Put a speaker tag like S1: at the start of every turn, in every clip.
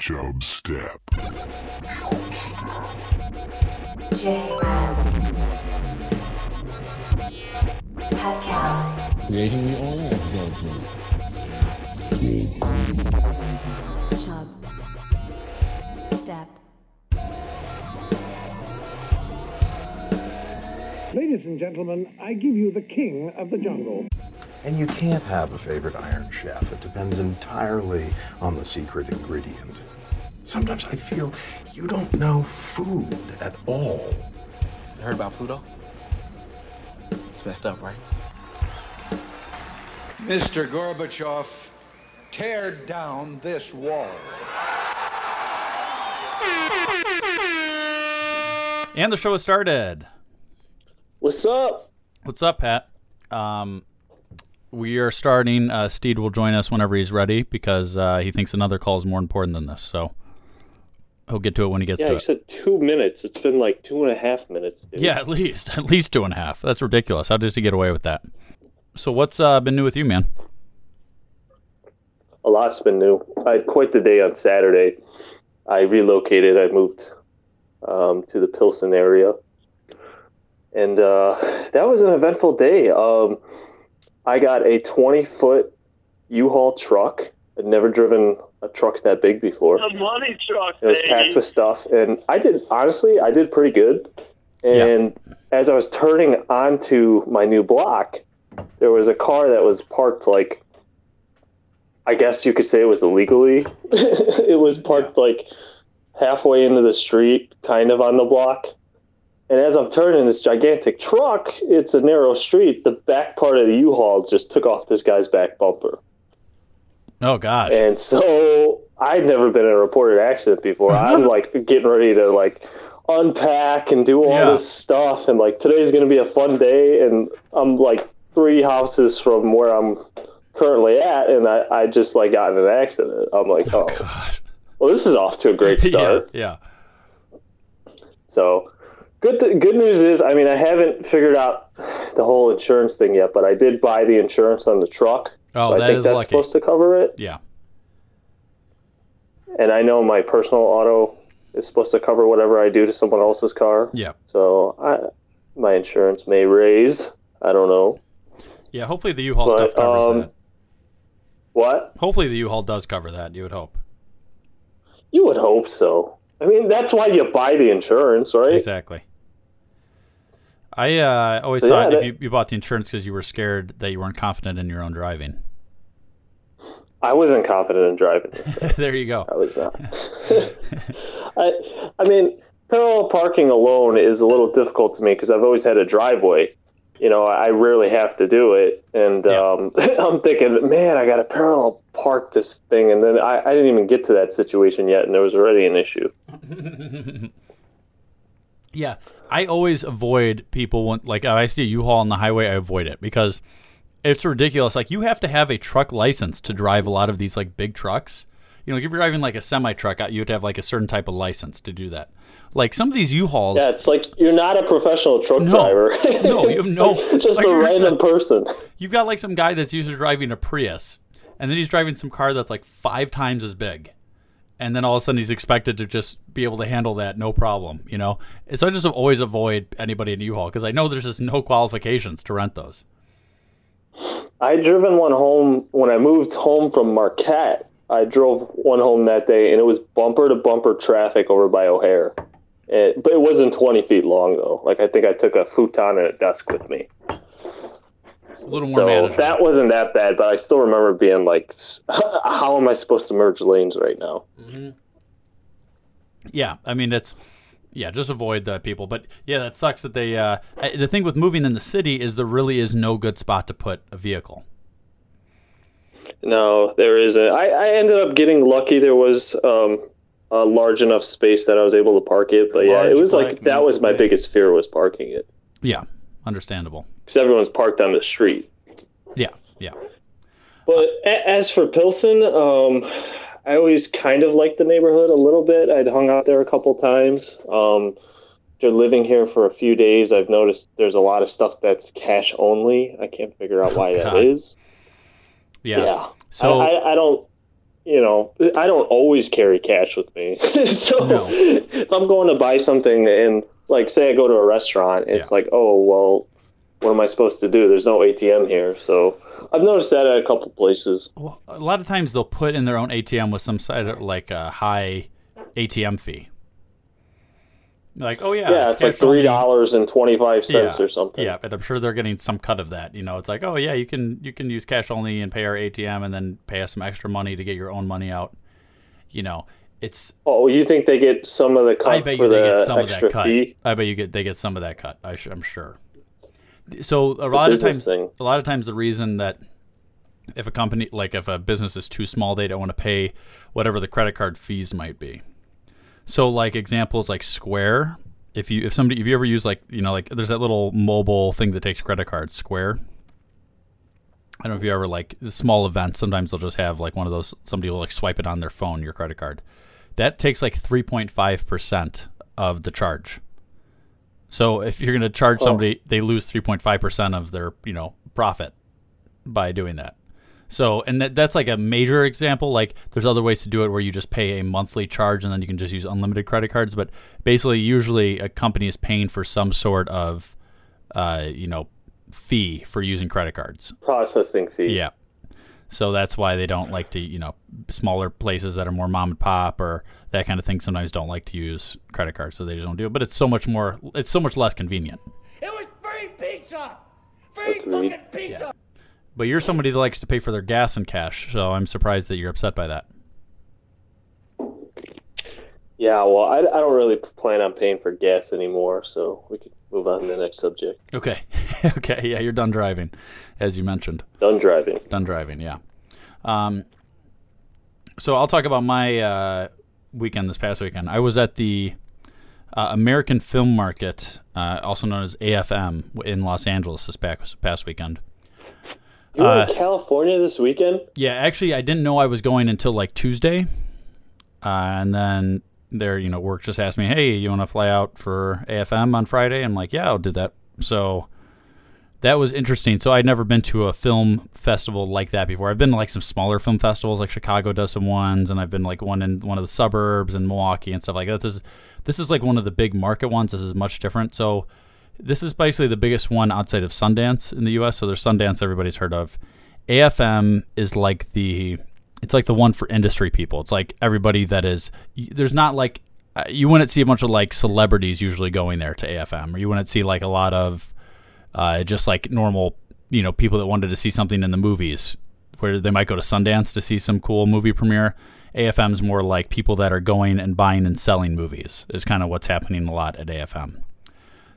S1: Job Step.
S2: J Rob. Pascal.
S3: creating the oil of
S2: Chub. Step.
S4: Ladies and gentlemen, I give you the king of the jungle.
S5: And you can't have a favorite iron chef. It depends entirely on the secret ingredient. Sometimes I feel you don't know food at all.
S6: You heard about Pluto? It's messed up, right?
S7: Mr. Gorbachev, tear down this wall.
S8: And the show has started.
S9: What's up?
S8: What's up, Pat? Um, we are starting. Uh, Steed will join us whenever he's ready because uh, he thinks another call is more important than this. So he'll get to it when he gets
S9: Yeah,
S8: to
S9: you
S8: it.
S9: said two minutes. It's been like two and a half minutes. Dude.
S8: Yeah, at least at least two and a half. That's ridiculous. How does he get away with that? So what's uh, been new with you, man?
S9: a lot's been new. I had quite the day on Saturday. I relocated. I moved um, to the Pilsen area, and uh, that was an eventful day. Um, I got a 20 foot U-Haul truck. I'd never driven a truck that big before.
S10: The money truck,
S9: It was
S10: baby.
S9: packed with stuff, and I did honestly, I did pretty good. And as I was turning onto my new block, there was a car that was parked like, I guess you could say it was illegally. it was parked like halfway into the street, kind of on the block. And as I'm turning this gigantic truck, it's a narrow street. The back part of the U-Haul just took off this guy's back bumper.
S8: Oh gosh.
S9: And so I'd never been in a reported accident before. I'm like getting ready to like unpack and do all
S8: Yeah.
S9: this stuff and like today's gonna be a fun day and I'm like three houses from where I'm currently at and I, I just like got in an accident. I'm like, Oh,
S8: gosh.
S9: well this is off to a great
S8: Yeah,
S9: start.
S8: yeah.
S9: So good th- good news is I mean I haven't figured out the whole insurance thing yet, but I did buy the insurance on the truck.
S8: Oh,
S9: So I
S8: that
S9: think
S8: is
S9: that's
S8: lucky.
S9: supposed to cover it.
S8: Yeah.
S9: and I know my personal auto is supposed to cover whatever I do to someone else's car.
S8: Yeah.
S9: So I, my insurance may raise. I don't know
S8: Yeah, hopefully the U-Haul
S9: But,
S8: stuff covers
S9: um,
S8: that.
S9: what.
S8: Hopefully the U-Haul does cover that, you would hope.
S9: You would hope so. I mean, that's why you buy the insurance, right?
S8: Exactly. I uh, always
S9: So, yeah,
S8: thought if
S9: that-
S8: you, you bought the insurance because you were scared that you weren't confident in your own driving.
S9: I wasn't confident in driving. This.
S8: there you go.
S9: I was not. I, I mean, parallel parking alone is a little difficult to me because I've always had a driveway. You know, I rarely have to do it, and
S8: Yeah.
S9: um, I'm thinking, man, I got to parallel park this thing, and then I, I didn't even get to that situation yet, and there was already an issue.
S8: Yeah, I always avoid people when like if I see a U-Haul on the highway. I avoid it because it's ridiculous. Like you have to have a truck license to drive a lot of these like big trucks. You know, like, if you're driving like a semi truck, you have to have like a certain type of license to do that. Like some of these U-Hauls,
S9: Yeah, it's like you're not a professional truck
S8: No.
S9: driver.
S8: No, you have no-
S9: just
S8: like
S9: a
S8: you're just
S9: random
S8: a-
S9: person.
S8: you've got like some guy that's used to driving a Prius, and then he's driving some car that's like five times as big, and then all of a sudden he's expected to just be able to handle that no problem, you know. And so I just always avoid anybody in U-Haul because I know there's just no qualifications to rent those.
S9: I had driven one home when I moved home from Marquette. I drove one home that day, and it was bumper to bumper traffic over by O'Hare. It, but it wasn't 20 feet long though. Like I think I took a futon and a desk with me,
S8: A little more
S9: so
S8: manageable.
S9: that wasn't that bad. But I still remember being like, "S- "How am I supposed to merge lanes right now?"
S8: Yeah, I mean it's yeah, just avoid the people. But yeah, that sucks that they. Uh, I- the thing with moving in the city is there really is no good spot to put a vehicle.
S9: No, there isn't. I, I ended up getting lucky. There was um, a large enough space that I was able to park it. But yeah,
S10: Large
S9: it was
S10: black
S9: like that was my
S10: Mustang.
S9: biggest fear was parking it
S8: Yeah, understandable.
S9: because everyone's parked on the street.
S8: Yeah, yeah,
S9: But a- as for Pilsen, um, I always kind of liked the neighborhood a little bit. I'd hung out there a couple times. Um, after living here for a few days, I've noticed there's a lot of stuff that's cash only. I can't figure out why
S8: Oh, God.
S9: that is.
S8: yeah.
S9: Yeah.
S8: So
S9: I, I, I don't. you know, I don't always carry cash with me. so
S8: No.
S9: if I'm going to buy something and like say I go to a restaurant, it's
S8: Yeah.
S9: like, oh well, what am I supposed to do? There's no ATM here. So I've noticed that at a couple places.
S8: Well, a lot of times they'll put in their own ATM with some side of like a high ATM fee. Like, oh yeah,
S9: yeah, it's like
S8: cash only.
S9: three dollars and twenty five cents
S8: Yeah,
S9: or something.
S8: Yeah, but I'm sure they're getting some cut of that. You know, it's like, oh yeah, you can you can use cash only and pay our ATM and then pay us some extra money to get your own money out. You know, it's
S9: Oh, you think they get some of the cut
S8: I bet
S9: Uh, for
S8: you they
S9: the
S8: get some of
S9: extra
S8: that cut.
S9: fee?
S8: I bet you get they get some of that cut. I sh- I'm sure. So a lot of times,
S9: business thing.
S8: a lot of times, the reason that if a company, like if a business is too small, they don't want to pay whatever the credit card fees might be. So like examples like Square, if you if somebody if you ever use like you know like there's that little mobile thing that takes credit cards, Square. I don't know if you ever like small events. Sometimes they'll just have like one of those. Somebody will like swipe it on their phone, your credit card that takes like 3.5% of the charge. So if you're going to charge somebody, they lose 3.5% of their, you know, profit by doing that. So, and that, that's like a major example. Like there's other ways to do it where you just pay a monthly charge and then you can just use unlimited credit cards. But basically, usually a company is paying for some sort of, uh, you know, fee for using credit cards.
S9: Processing fee.
S8: Yeah. So that's why they don't like to, you know, smaller places that are more mom and pop or that kind of thing sometimes don't like to use credit cards, so they just don't do it. But it's so much more, it's so much less convenient.
S11: It was free pizza! Free
S9: Agreed.
S11: fucking pizza!
S8: But you're somebody that likes to pay for their gas in cash, so I'm surprised that you're upset by that.
S9: Yeah, well, I, I don't really plan on paying for gas anymore, so we could move on to the next subject.
S8: Okay. okay. Yeah, you're done driving, as you mentioned.
S9: Done driving.
S8: Done driving, yeah. Um, so I'll talk about my uh, weekend this past weekend. I was at the uh, American Film Market, uh, also known as AFM, in Los Angeles this past, past weekend.
S9: You were
S8: Uh,
S9: in California this weekend?
S8: Yeah, actually, I didn't know I was going until like Tuesday, uh, and then there, you know, work just asked me, "Hey, you want to fly out for AFM on Friday?" I'm like, "Yeah, I'll do that." So that was interesting. So I'd never been to a film festival like that before. I've been to like some smaller film festivals, like Chicago does some ones, and I've been like one in one of the suburbs and Milwaukee and stuff like that. This is this is like one of the big market ones. This is much different. So this is basically the biggest one outside of Sundance in the U.S. So there's Sundance, everybody's heard of. AFM is like the it's like the one for industry people. It's like everybody that is y- there's not like uh, you wouldn't see a bunch of like celebrities usually going there to AFM, or you wouldn't see like a lot of uh, just like normal you know people that wanted to see something in the movies where they might go to Sundance to see some cool movie premiere. AFM's more like people that are going and buying and selling movies is kind of what's happening a lot at AFM.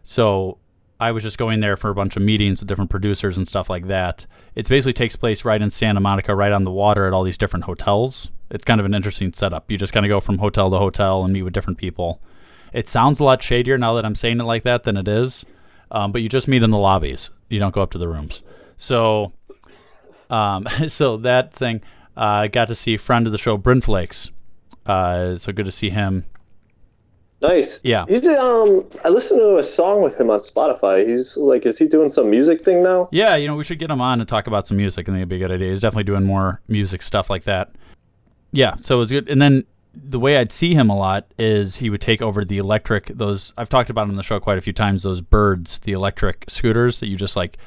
S8: So I was just going there for a bunch of meetings with different producers and stuff like that. It basically takes place right in Santa Monica, right on the water at all these different hotels. It's kind of an interesting setup. You just kind of go from hotel to hotel and meet with different people. It sounds a lot shadier now that I'm saying it like that than it is, um, but you just meet in the lobbies. You don't go up to the rooms. So, um, so that thing, uh, got to see friend of the show, Bryn Flakes. Uh, so good to see him.
S9: Nice.
S8: Yeah.
S9: He's um. I listened to a song with him on Spotify. He's like, is he doing some music thing now?
S8: Yeah, you know, we should get him on and talk about some music. I think it'd be a good idea. He's definitely doing more music stuff like that. Yeah, so it was good. And then the way I'd see him a lot is he would take over the electric. Those I've talked about on the show quite a few times. Those birds, the electric scooters that you just like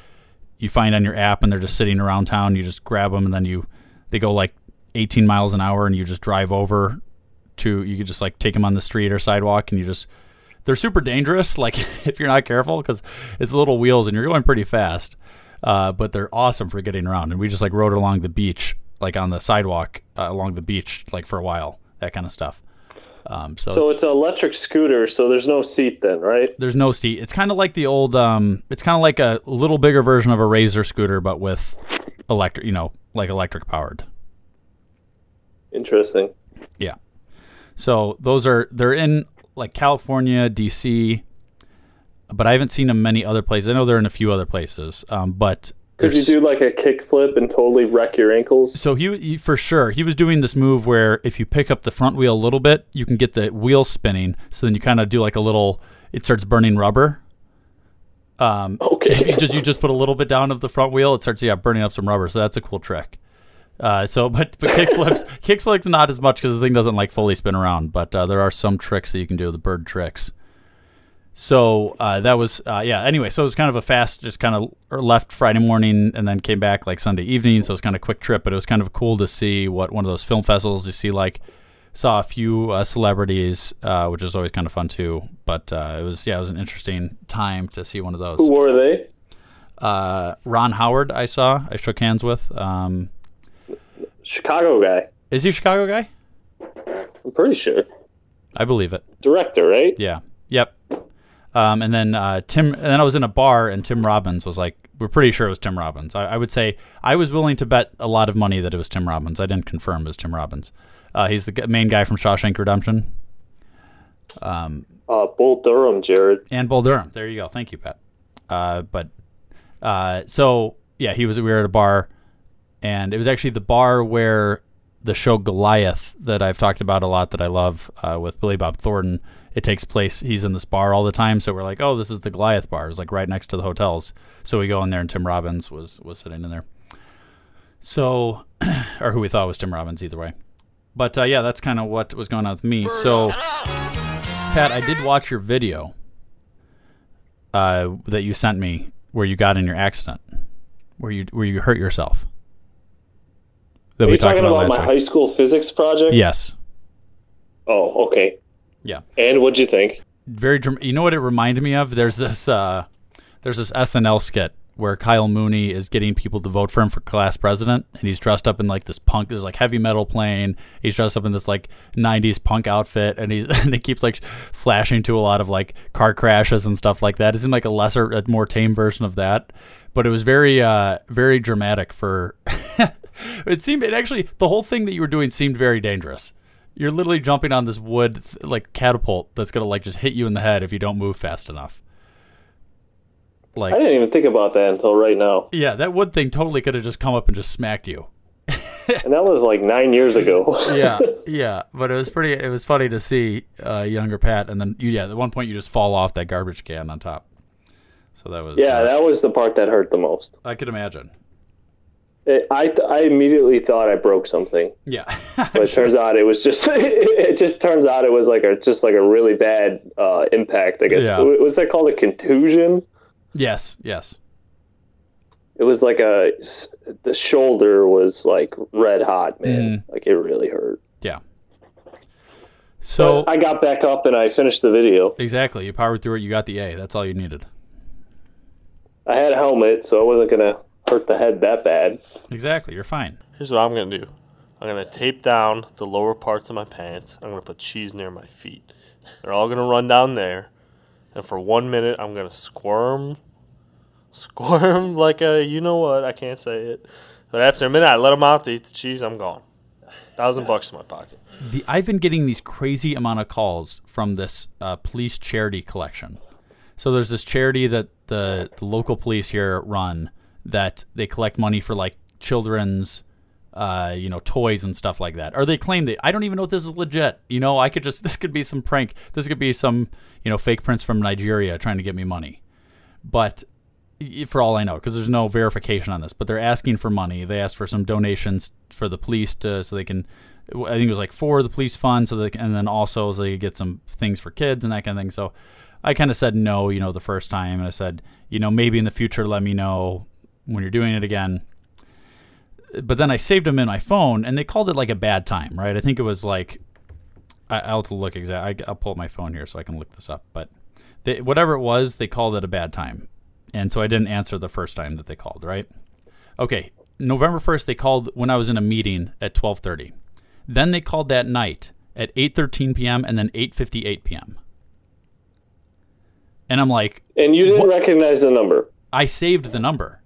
S8: you find on your app, and they're just sitting around town. You just grab them, and then you they go like 18 miles an hour, and you just drive over to. You could just like take them on the street or sidewalk, and you just they're super dangerous. Like if you're not careful, because it's little wheels and you're going pretty fast. Uh, but they're awesome for getting around. And we just like rode along the beach, like on the sidewalk uh, along the beach, like for a while, that kind of stuff. Um, so,
S9: So
S8: it's-
S9: it's an electric scooter. So there's no seat then, right?
S8: there's no seat. It's kind of like the old. Um, it's kind of like a little bigger version of a razor scooter, but with electric. You know, like electric powered.
S9: Interesting.
S8: Yeah. So those are they're in like California, DC, but I haven't seen them many other places. I know they're in a few other places, um, but
S9: Could you
S8: there's-
S9: do like a kickflip and totally wreck your ankles?
S8: so he, he for sure he was doing this move where if you pick up the front wheel a little bit, you can get the wheel spinning. So then you kind of do like a little. It starts burning rubber. Um,
S9: Okay.
S8: if you just you just put a little bit down of the front wheel, it starts yeah burning up some rubber. So that's a cool trick. Uh, so, but but kickflips, kickflips not as much because the thing doesn't like fully spin around. But uh, there are some tricks that you can do, the bird tricks. So uh, that was uh, yeah. Anyway, so it was kind of a fast, just kind of or left Friday morning and then came back like Sunday evening. So it was kind of a quick trip, but it was kind of cool to see what one of those film festivals. You see like saw a few uh, celebrities, uh, which is always kind of fun too. But uh, it was yeah, it was an interesting time to see one of those.
S9: Who were they?
S8: Uh, Ron Howard, I saw, I shook hands with. Um,
S9: Chicago guy.
S8: is he a Chicago guy?
S9: I'm pretty sure.
S8: I believe it.
S9: Director, right?
S8: Yeah. Yep. Um, and then uh, Tim, and then I was in a bar, and Tim Robbins was like, "We're pretty sure it was Tim Robbins." I, I would say I was willing to bet a lot of money that it was Tim Robbins. I didn't confirm it was Tim Robbins. Uh, he's the g- main guy from Shawshank Redemption
S9: Uh, Bull Durham, Jared.
S8: and Bull Durham. There you go. Thank you, Pat. Uh, but uh, so yeah, he was. We were at a bar, and it was actually the bar where the show Goliath that I've talked about a lot that I love uh, with Billy Bob Thornton. It takes place. He's in this bar all the time, so we're like, oh, this is the Goliath bar. It's like right next to the hotels. So we go in there, and Tim Robbins was was sitting in there. So, or who we thought was Tim Robbins, either way. But uh, yeah, that's kind of what was going on with me. So, Pat, I did watch your video uh, that you sent me where you got in your accident, where you where you hurt yourself. That
S9: Are you talking about, my
S8: week.
S9: high school physics project?
S8: Yes.
S9: Oh, okay.
S8: Yeah.
S9: And what'd you think?
S8: Very. dram- You know what it reminded me of? There's this. Uh, there's this SNL skit where Kyle Mooney is getting people to vote for him for class president, and he's dressed up in like this punk. There's like heavy metal playing. He's dressed up in this like '90s punk outfit, and he's and it keeps like flashing to a lot of like car crashes and stuff like that. It seemed like a lesser, a more tame version of that, but it was very, uh, very dramatic for. it seemed it actually the whole thing that you were doing seemed very dangerous. You're literally jumping on this wood th- like catapult that's gonna like just hit you in the head if you don't move fast enough. Like
S9: I didn't even think about that until right now.
S8: yeah, that wood thing totally could have just come up and just smacked you.
S9: And that was like nine years ago.
S8: Yeah, yeah, but it was pretty. It was funny to see uh, younger Pat, and then you, yeah, at one point you just fall off that garbage can on top. So that was
S9: yeah,
S8: uh,
S9: that was the part that hurt the most.
S8: I could imagine.
S9: It, I, I immediately thought I broke something,
S8: Yeah,
S9: but it turns out it was just it just turns out it was like a just like a really bad uh, impact. I guess
S8: Yeah.
S9: W- was that called a contusion?
S8: yes, yes.
S9: It was like a s- the shoulder was like red hot, man. Like it really hurt.
S8: Yeah. So
S9: I got back up and I finished the video.
S8: exactly, you powered through it. You got the A. That's all you needed.
S9: I had a helmet, so I wasn't gonna hurt the head that bad.
S8: Exactly, you're fine.
S12: Here's what I'm gonna do. I'm gonna tape down the lower parts of my pants. I'm gonna put cheese near my feet. They're all gonna run down there, and for one minute I'm gonna squirm, squirm like a you know what? I can't say it. But after a minute, I let them out to eat the cheese. I'm gone. Thousand bucks in my pocket.
S8: The, I've been getting these crazy amount of calls from this uh, police charity collection. So there's this charity that the, the local police here run that they collect money for like children's, uh, you know, toys and stuff like that. Or they claim that I don't even know if this is legit. You know, I could just this could be some prank. This could be some you know fake prince from Nigeria trying to get me money. But y- for all I know, because there's no verification on this, but they're asking for money. They asked for some donations for the police to, so they can. I think it was like for the police fund, so they can, and then also so they could get some things for kids and that kind of thing. So I kind of said no, you know, the first time, and I said, you know, maybe in the future, let me know when you're doing it again. But then I saved them in my phone, and they called it like a bad time, right? I think it was like I, I'll have to look exact. I, I'll pull up my phone here so I can look this up. But they, whatever it was, they called it a bad time, and so I didn't answer the first time that they called. Right? Okay. November first, they called when I was in a meeting at twelve thirty. Then they called that night at eight thirteen p.m. and then eight fifty eight p.m. And I'm like,
S9: And you didn't recognize the number.
S8: I saved the number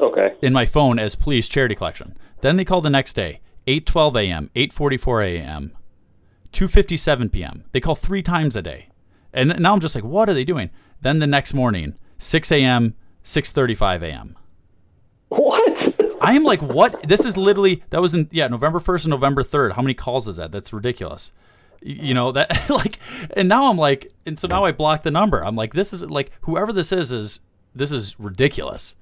S9: Okay.
S8: in my phone as police charity collection. Then they call the next day, 8:12 a.m., 8:44 a.m., 2:57 p.m. They call three times a day, and th- now I'm just like, what are they doing? Then the next morning, 6 a.m., 6:35 a.m.
S9: What?
S8: I am like, what? This is literally that was in yeah November first and November third. How many calls is that? That's ridiculous. Y- You know that like, and now I'm like, and so now I block the number. I'm like, this is like whoever this is is this is ridiculous.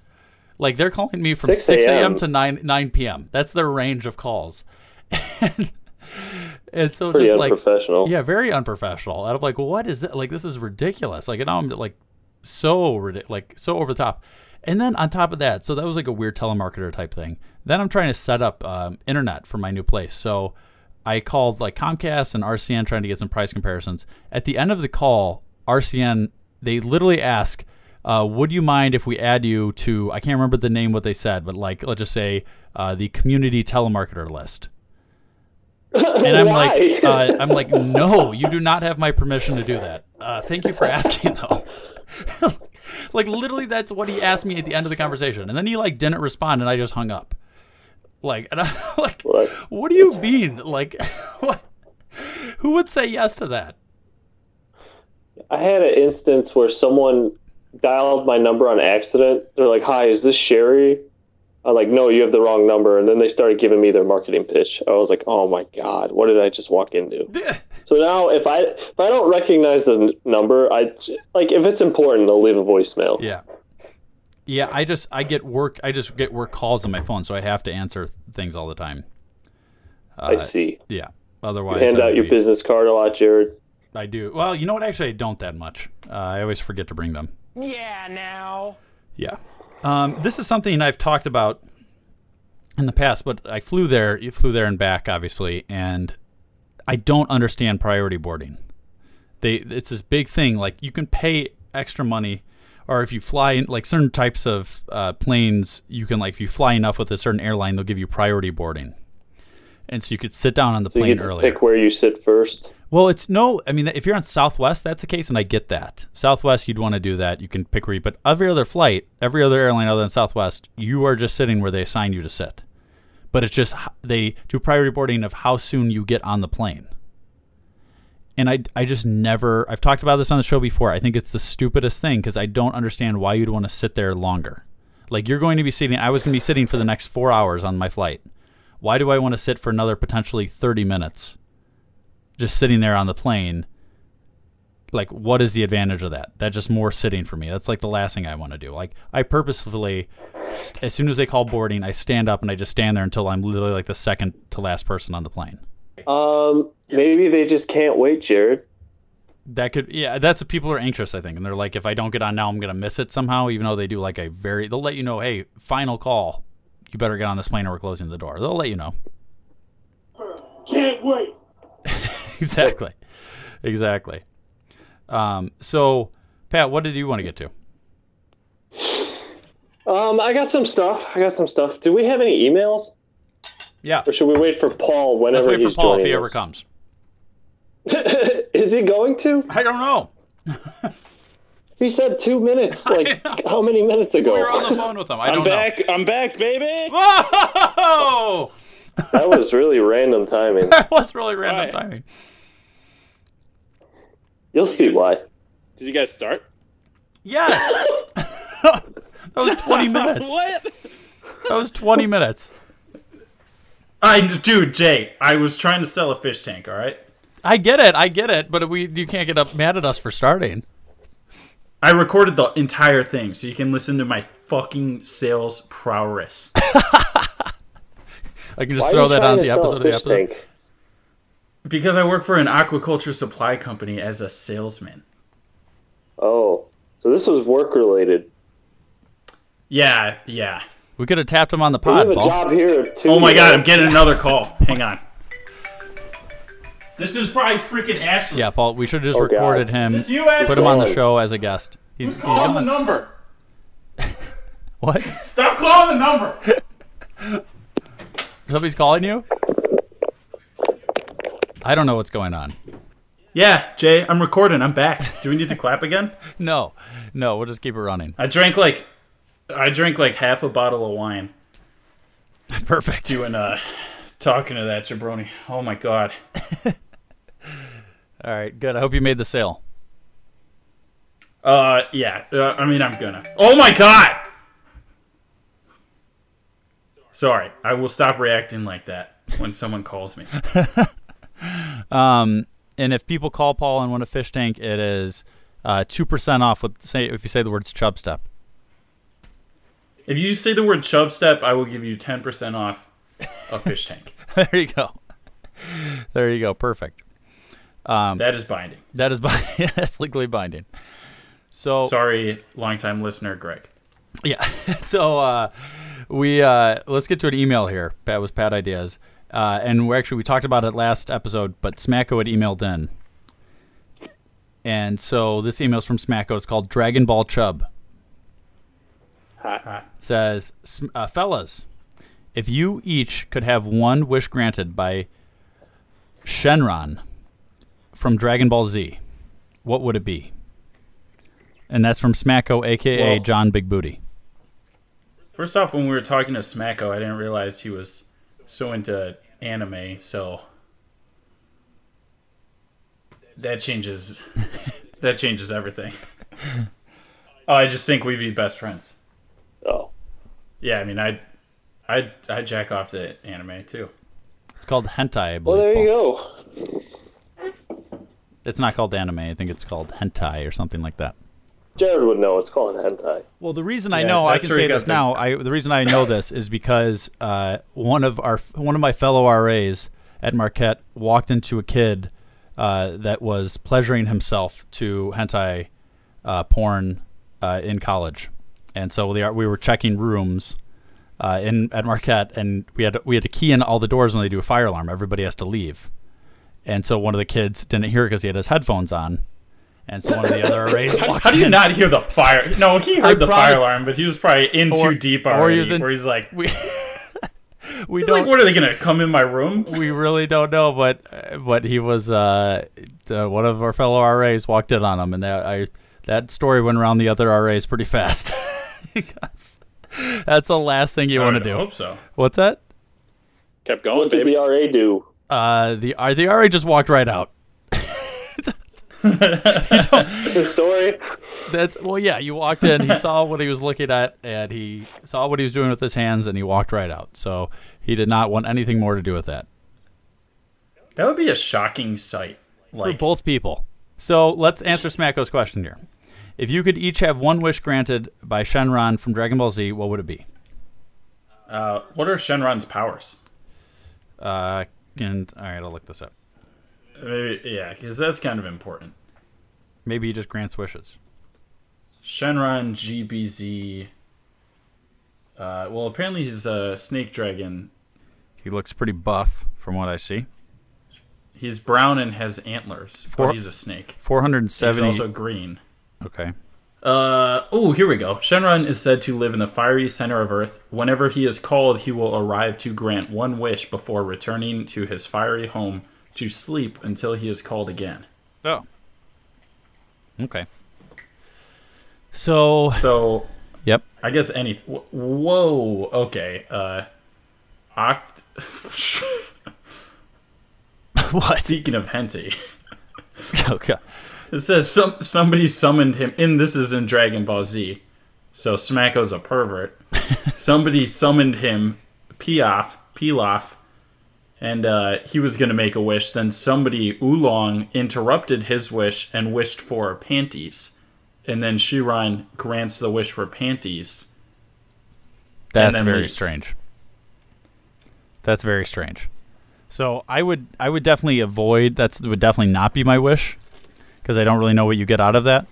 S8: Like they're calling me from 6
S9: 6
S8: a.m.
S9: a.m.
S8: to 9 9 p.m. That's their range of calls. and, and so
S9: Pretty
S8: just like
S9: unprofessional.
S8: yeah, very unprofessional. And I'm like, what is that? Like this is ridiculous. Like and now I'm like so ridi- like so over the top. And then on top of that, so that was like a weird telemarketer type thing. Then I'm trying to set up um, internet for my new place. So I called like Comcast and RCN trying to get some price comparisons. At the end of the call, RCN they literally ask, uh, "Would you mind if we add you to?" I can't remember the name what they said, but like let's just say uh, the community telemarketer list. And I'm like,
S9: Why?
S8: uh, I'm like, no, you do not have my permission to do that. Uh, thank you for asking, though. like literally, that's what he asked me at the end of the conversation, and then he like didn't respond, and I just hung up. Like, and I'm like,
S9: Well,
S8: what do you mean? Like, what? Who would say yes to that?
S9: I had an instance where someone dialed my number on accident. They're like, "Hi, is this Sherry?" I'm like, "No, you have the wrong number." And then they started giving me their marketing pitch. I was like, "Oh my god, what did I just walk into?" So now, if I if I don't recognize the n- number, I j- like if it's important, I'll leave a voicemail.
S8: Yeah. Yeah, I just I get work I just get work calls on my phone, so I have to answer th- things all the time. uh,
S9: I see.
S8: Yeah. Otherwise,
S9: Hand
S8: I
S9: out
S8: would
S9: your
S8: be-
S9: business card a lot, Jared.
S8: I do. Well, you know what? Actually, I don't that much. Uh, I always forget to bring them.
S13: Yeah, now.
S8: Yeah. Um, this is something I've talked about in the past, but I flew there, you flew there and back, obviously, and I don't understand priority boarding. They, it's this big thing. Like you can pay extra money, or if you fly in like certain types of uh, planes, you can like if you fly enough with a certain airline, they'll give you priority boarding, and so you could sit down on the
S9: So you
S8: plane
S9: get to
S8: earlier.
S9: pick where you sit first.
S8: Well, it's no. I mean, if you're on Southwest, that's the case, and I get that. Southwest, you'd want to do that. You can pick where you. But every other flight, every other airline other than Southwest, you are just sitting where they assign you to sit. But it's just h- they do priority boarding of how soon you get on the plane. And I, I just never. I've talked about this on the show before. I think it's the stupidest thing because I don't understand why you'd want to sit there longer. Like you're going to be sitting. I was going to be sitting for the next four hours on my flight. Why do I want to sit for another potentially thirty minutes? just sitting there on the plane like what is the advantage of that that's just more sitting for me that's like the last thing i want to do like i purposefully st- as soon as they call boarding i stand up and i just stand there until i'm literally like the second to last person on the plane
S9: Um, maybe they just can't wait, Jared.
S8: that could yeah that's people are anxious i think and they're like if i don't get on now i'm gonna miss it somehow even though they do like a very they'll let you know hey final call you better get on this plane or we're closing the door they'll let you know
S13: Can't wait.
S8: exactly exactly um, so pat what did you want to get to
S9: Um, I got some stuff. I got some stuff. Do we have any emails?
S8: yeah
S9: Or should we wait for Paul
S8: Let's
S9: whenever
S8: wait for
S9: he's
S8: Paul if
S9: joining
S8: he ever
S9: us?
S8: comes.
S9: Is he going to?
S8: I don't know.
S9: He said two minutes. Like
S8: know.
S9: how many minutes ago?
S8: We were on the phone with him. I
S14: I'm
S8: don't
S14: back. I'm back, baby.
S8: know. Whoa!
S9: that was really random timing.
S8: That was really random
S14: Right.
S8: timing.
S9: You'll see why.
S14: Did you guys start?
S8: Yes. that was 20 minutes.
S14: What?
S8: That was 20 minutes.
S15: I dude, Jay, I was trying to sell a fish tank. All right,
S8: I get it. I get it. But we, you can't get up mad at us for starting.
S15: I recorded the entire thing, so you can listen to my fucking sales prowess.
S8: I can just
S9: Why are
S8: throw
S9: you
S8: that
S9: trying
S8: on
S9: to
S8: the
S9: sell a
S8: episode of the
S9: fish
S8: episode.
S9: tank?
S15: because I work for an aquaculture supply company as a salesman.
S9: Oh, so this was work related.
S15: Yeah, yeah.
S8: We could have tapped him on the
S9: We
S8: pod,
S9: have a
S8: Paul.
S9: job here too.
S15: Oh my
S9: you
S15: god,
S9: know.
S15: I'm getting another call. Hang on. This is probably freaking Ashley.
S8: Yeah, Paul. We should have just
S9: Oh, God.
S8: recorded him,
S15: This is you, Oh, Ashley.
S8: put him on the
S9: Sorry.
S8: show as a guest. He's, he's
S15: Call the
S8: gonna-
S15: number.
S8: what?
S15: Stop calling the number.
S8: Somebody's calling you? I don't know what's going on.
S15: Yeah, Jay, I'm recording. I'm back. Do we need to clap again?
S8: No, no, we'll just keep it running.
S15: I drank like I drank like half a bottle of wine
S8: Perfect.
S15: doing uh talking to that jabroni. Oh my god.
S8: All right, good. I hope you made the sale.
S15: Uh yeah, uh, I mean I'm gonna. Oh my god. Sorry. I will stop reacting like that when someone calls me.
S8: And if people call Paul and want a fish tank, it uh, is two percent off with say if you say the words Chubstep.
S3: If you say the word chub step, I will give you 10% off a fish tank.
S8: there you go. There you go. Perfect.
S3: Um, that is binding.
S8: That is binding. That's legally binding. So
S3: sorry, longtime listener Greg.
S8: Yeah. so uh, we uh, let's get to an email here. That was Pat ideas, uh, and we're actually we talked about it last episode, but Smacko had emailed in, and so this email is from Smacko. It's called Dragon Ball Chub.
S16: Hot. Hot.
S8: It says, uh, fellas, if you each could have one wish granted by Shenron from Dragon Ball Z, what would it be? And that's from Smacko, aka
S3: Whoa.
S8: John Big Booty.
S3: First off, when we were talking to Smacko, I didn't realize he was so into anime, so that changes that changes everything. oh, I just think we'd be best friends.
S17: Oh.
S3: Yeah, I mean, I I I jack off to anime too.
S8: It's called hentai. I believe.
S17: Well, there you go.
S8: It's not called anime. I think it's called hentai or something like that.
S17: Jared would know. It's called hentai.
S8: Well, the reason I know I
S3: that's
S8: can
S3: where
S8: say
S3: he got
S8: this
S3: the-
S8: now, I the reason I know this is because uh, one of our one of my fellow RAs at Marquette walked into a kid uh, that was pleasuring himself to hentai uh, porn uh, in college, and so the, we were checking rooms uh, in at Marquette, and we had we had to key in all the doors when they do a fire alarm. Everybody has to leave, and so one of the kids didn't hear it because he had his headphones on, and so one of the other RAs
S3: How,
S8: walks
S3: how do you
S8: in.
S3: not hear the fire? No, he heard
S8: I
S3: the
S8: probably-
S3: fire alarm, but he was probably in
S8: Or-
S3: too deep
S8: or he
S3: already.
S8: was in-
S3: where he's like,
S8: we, we
S3: he's
S8: don't.
S3: like, what are they gonna come in my room?
S8: we really don't know, but uh, but he was uh, uh, one of our fellow RAs walked in on him, and that I that story went around the other RAs pretty fast. Because that's the last thing you
S3: I
S8: want to
S3: would
S8: do.
S3: hope so.
S8: What's that?
S16: Kept
S9: What
S16: going,
S9: did
S16: baby.
S9: the RA do?
S8: Uh, the uh, the RA just walked right out.
S9: His story.
S8: That's well, yeah. You walked in, he saw what he was looking at, and he saw what he was doing with his hands, and he walked right out. So he did not want anything more to do with that.
S3: That would be a shocking sight. Like,
S8: for both people. So let's answer Smacko's question here. If you could each have one wish granted by Shenron from Dragon Ball Z, what would it be?
S3: uh, what are Shenron's powers?
S8: Uh, and all right, I'll look this up.
S3: Maybe, yeah, because that's kind of important.
S8: Maybe he just grants wishes.
S3: Shenron GBZ. Uh, well, apparently he's a snake dragon.
S8: He looks pretty buff from what I see.
S3: He's brown and has antlers.
S8: Four-
S3: but he's a snake.
S8: Four hundred and
S3: He's
S8: seventy.
S3: also green.
S8: okay.
S3: Uh, oh, here we go. Shenron is said to live in the fiery center of Earth. Whenever he is called, he will arrive to grant one wish before returning to his fiery home to sleep until he is called again.
S8: Oh. Okay. So
S3: So,
S8: yep.
S3: I guess any. wh- Whoa, okay. Uh, oct.
S8: what? Oh,
S3: Speaking of Henty,
S8: Okay.
S3: it says some somebody summoned him. And this is in Dragon Ball Z. So Smacko's a pervert. somebody summoned him, Piaf, Pilaf, and uh, he was going to make a wish. Then somebody, Oolong, interrupted his wish and wished for panties. And then Shiran grants the wish for panties.
S8: That's
S3: then
S8: very
S3: leaves.
S8: strange. That's very strange. So I would I would definitely avoid that's would definitely not be my wish because I don't really know what you get out of that.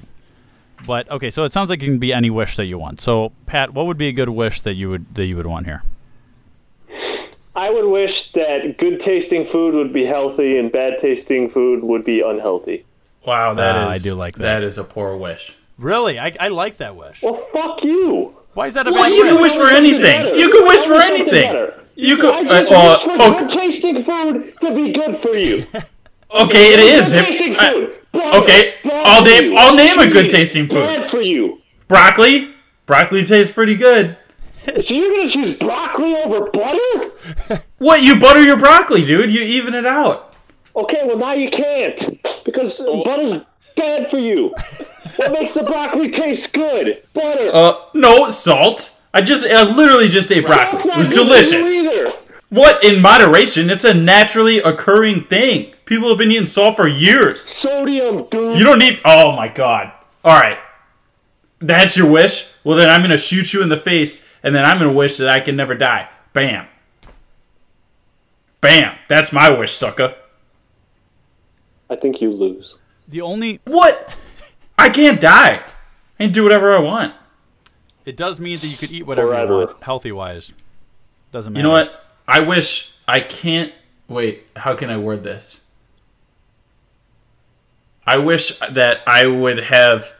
S8: But okay, so it sounds like it can be any wish that you want. So Pat, what would be a good wish that you would that you would want here?
S9: I would wish that good tasting food would be healthy and bad tasting food would be unhealthy.
S3: Wow, that is
S6: Uh,
S8: Ah, I do like that.
S3: That is a poor wish.
S8: Really? I, I like that wish.
S9: Well, fuck you.
S8: Why is that a
S3: Well,
S8: bad
S3: you
S8: wish?
S3: can wish for anything. You can wish for anything. You
S9: I
S3: could.
S9: just
S3: uh,
S9: wish for
S3: oh,
S9: good tasting food to be good for you.
S3: Okay, it is.
S9: Good tasting
S3: I-
S9: food. Bad-
S3: okay,
S9: bad
S3: I'll
S9: for
S3: name
S9: you.
S3: I'll name a good
S9: Cheese.
S3: tasting food.
S9: Bad for you.
S3: Broccoli. Broccoli tastes pretty good.
S9: So you're gonna choose broccoli over butter?
S3: What you butter your broccoli, dude? You even it out.
S9: Okay, well now you can't because
S6: Oh.
S9: butter's bad for you. What makes the broccoli taste good? Butter.
S3: Uh, no salt. I just I literally just ate broccoli.
S9: That's not
S3: It was
S9: good for you
S3: delicious.
S9: Either.
S3: What in moderation? It's a naturally occurring thing. People have been eating salt for years.
S9: Sodium, dude.
S3: You don't need. Oh my god. All right, that's your wish.
S8: Well, then I'm going to shoot you in the face, and then I'm going to wish that I can never die. Bam. Bam. That's my wish, sucker.
S9: I think you lose.
S6: The only.
S8: What? I can't die. I can do whatever I want.
S6: It does mean that you could eat whatever
S8: Forever.
S6: you want, healthy wise. Doesn't matter.
S8: You know what? I wish I can't. Wait, how can I word this? I wish that I would have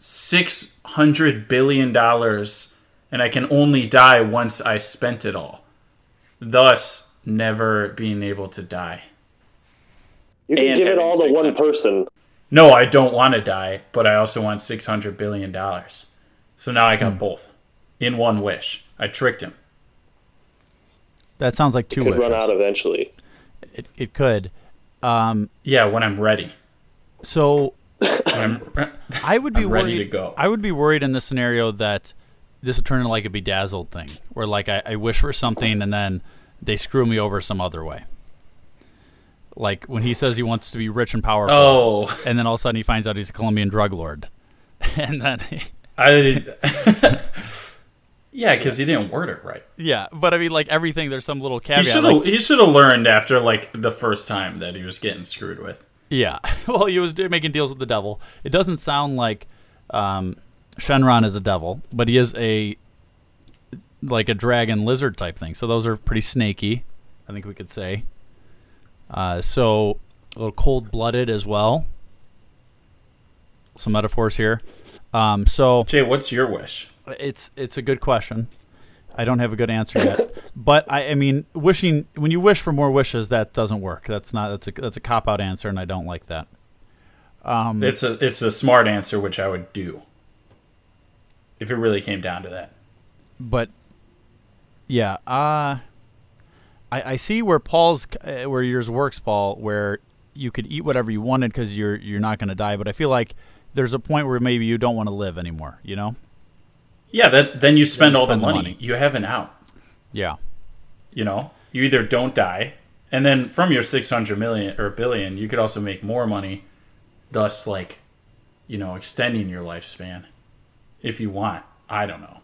S8: six hundred billion dollars, and I can only die once I spent it all. Thus, never being able to die.
S9: You can
S8: And
S9: give it all to one person.
S8: No, I don't want to die, but I also want six hundred billion dollars. So now I got both in one wish. I tricked him.
S6: That sounds like two
S9: Could
S6: wishes.
S9: run out eventually.
S6: It, it could. Um,
S8: yeah, when I'm ready.
S6: So
S8: I'm,
S6: I would be
S8: I'm
S6: worried.
S8: ready to go.
S6: I would be worried in this scenario that this would turn into like a bedazzled thing, where like I, I wish for something and then they screw me over some other way. Like when he says he wants to be rich and powerful,
S8: Oh.
S6: and then all of a sudden he finds out he's a Colombian drug lord, and then
S8: I. yeah, because he didn't word it right.
S6: yeah. But I mean, like everything, there's some little
S8: He
S6: caveat.
S8: should have.
S6: Oh, like-
S8: he should have learned after like the first time that he was getting screwed with.
S6: Yeah. Well, he was making deals with the devil. It doesn't sound like um, Shenron is a devil, but he is a like a dragon lizard type thing. So those are pretty snaky, I think we could say. Uh, so a little cold blooded as well. Some metaphors here. Um, so
S8: Jay, what's your wish?
S6: It's it's a good question. I don't have a good answer yet, but I, I mean, wishing when you wish for more wishes, that doesn't work. That's not that's a that's a cop out answer, and I don't like that. Um,
S8: It's a it's a smart answer, which I would do. If it really came down to that,
S6: but yeah, uh, I I see where Paul's uh, where yours works, Paul, where you could eat whatever you wanted because you're you're not going to die. But I feel like there's a point where maybe you don't want to live anymore. You know?
S8: yeah. That then you spend all
S6: spend
S8: the
S6: the
S8: money.
S6: money.
S8: You have an out.
S6: Yeah.
S8: You know, you either don't die, and then from your six hundred million or billion, you could also make more money, thus like, you know, extending your lifespan, if you want. I don't know.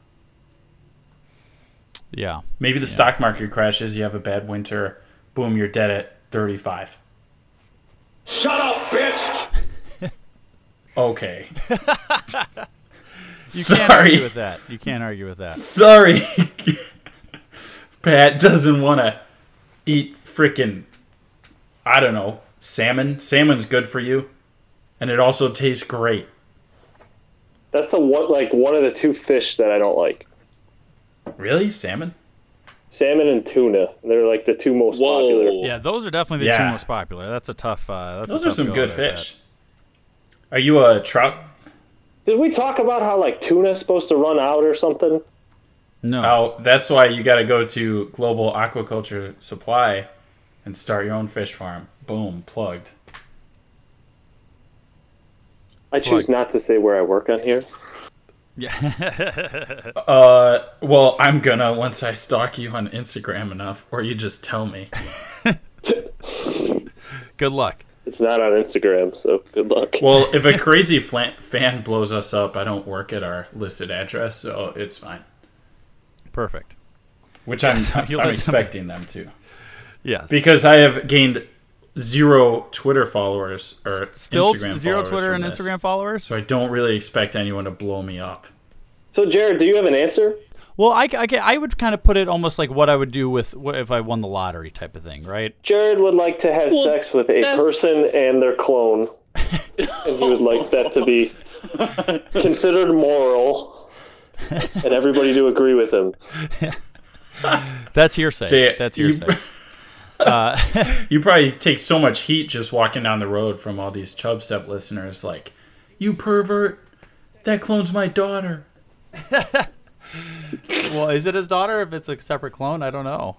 S6: Yeah.
S8: Maybe the stock market crashes, you have a bad winter, boom, you're dead at 35.
S18: Shut up, bitch!
S8: Okay.
S6: You can't argue with that. You can't argue with that.
S8: Sorry. Pat doesn't want to eat frickin' I don't know, salmon. Salmon's good for you, and it also tastes great.
S9: That's the one, like one of the two fish that I don't like.
S8: Really? Salmon?
S9: Salmon and tuna. They're like the two most popular.
S6: Yeah, those are definitely the
S8: Yeah.
S6: two most popular. That's a tough. Uh, that's a
S8: Those are
S6: tough
S8: some
S6: go
S8: good
S6: there,
S8: fish. Are you a trout?
S9: Did we talk about how like tuna's supposed to run out or something?
S8: No. Oh, that's why you got to go to Global Aquaculture Supply and start your own fish farm. Boom, plugged.
S9: I choose not to say where I work on here.
S6: Yeah.
S8: Uh, well, I'm gonna once I stalk you on Instagram enough, or you just tell me.
S6: good luck.
S9: It's not on Instagram, so good luck.
S8: Well, if a crazy flan- fan blows us up, I don't work at our listed address, so it's fine.
S6: Perfect.
S8: Which I'm,
S6: Yeah, so you
S8: I'm
S6: let somebody-
S8: expecting them to.
S6: Yes.
S8: Because I have gained zero Twitter followers or
S6: Still
S8: Instagram
S6: zero
S8: followers
S6: Twitter
S8: from
S6: and
S8: this,
S6: Instagram followers.
S8: so I don't really expect anyone to blow me up.
S9: So Jared, do you have an answer?
S6: Well, I, I, ca- I would kind of put it almost like what I would do with what if I won the lottery type of thing, right?
S9: Jared would like to have
S6: Well,
S9: sex with a
S6: that's-
S9: person and their clone, and he would like that to be considered moral, and everybody to agree with him.
S6: That's hearsay.
S8: Jay,
S6: That's
S8: you-
S6: hearsay. uh,
S8: you probably take so much heat just walking down the road from all these Chubstep listeners, like, you pervert, that clone's my daughter.
S6: well, is it his daughter? If it's a separate clone, I don't know.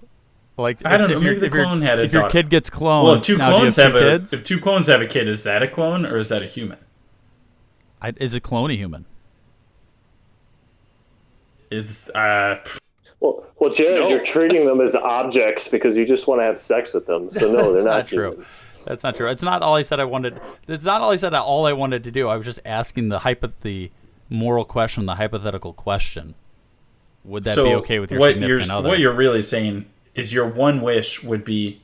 S6: Like
S8: I
S6: if-
S8: don't know.
S6: if
S8: Maybe
S6: your-
S8: the
S6: if your-
S8: clone had a
S6: If your
S8: daughter.
S6: kid gets cloned,
S8: Well, if two
S6: now do you
S8: clones
S6: have
S8: have,
S6: two
S8: a
S6: kids?
S8: if two clones have a kid, is that a clone or is that a human?
S6: I, is a clone a human?
S8: It's uh, pff,
S9: Well, well, Jared,
S8: No.
S9: you're treating them as objects because you just want to have sex with them. So no, they're
S6: That's
S9: not,
S6: not true.
S9: human.
S6: That's not true. It's not all I said I wanted. It's not all I said. I- All I wanted to do. I was just asking the hypo the moral question, the hypothetical question, would that so be okay with your
S8: what
S6: significant
S8: you're,
S6: other?
S8: What you're really saying is your one wish would be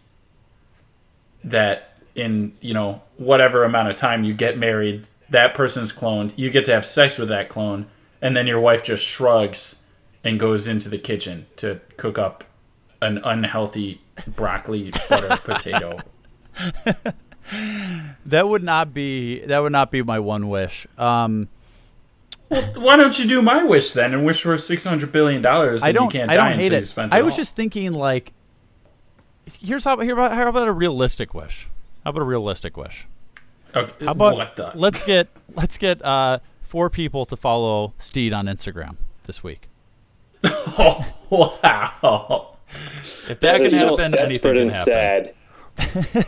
S8: that in you know whatever amount of time you get married, that person's cloned. You get to have sex with that clone, and then your wife just shrugs and goes into the kitchen to cook up an unhealthy broccoli butter potato.
S6: that would not be that would not be my one wish. Um,
S8: well, why don't you do my wish then and wish for six hundred billion dollars?
S6: I don't.
S8: You can't
S6: I
S8: die
S6: don't hate
S8: until
S6: it.
S8: You spend it
S6: I was
S8: all.
S6: just thinking like, here's how here about how about a realistic wish? How about a realistic wish?
S8: Okay,
S6: How about
S8: what the?
S6: let's get let's get uh, four people to follow Steed on Instagram this week.
S8: oh wow!
S6: If that,
S19: That
S6: can
S19: is just
S6: happen, anything
S19: desperate
S6: can
S19: and
S6: happen.
S19: sad.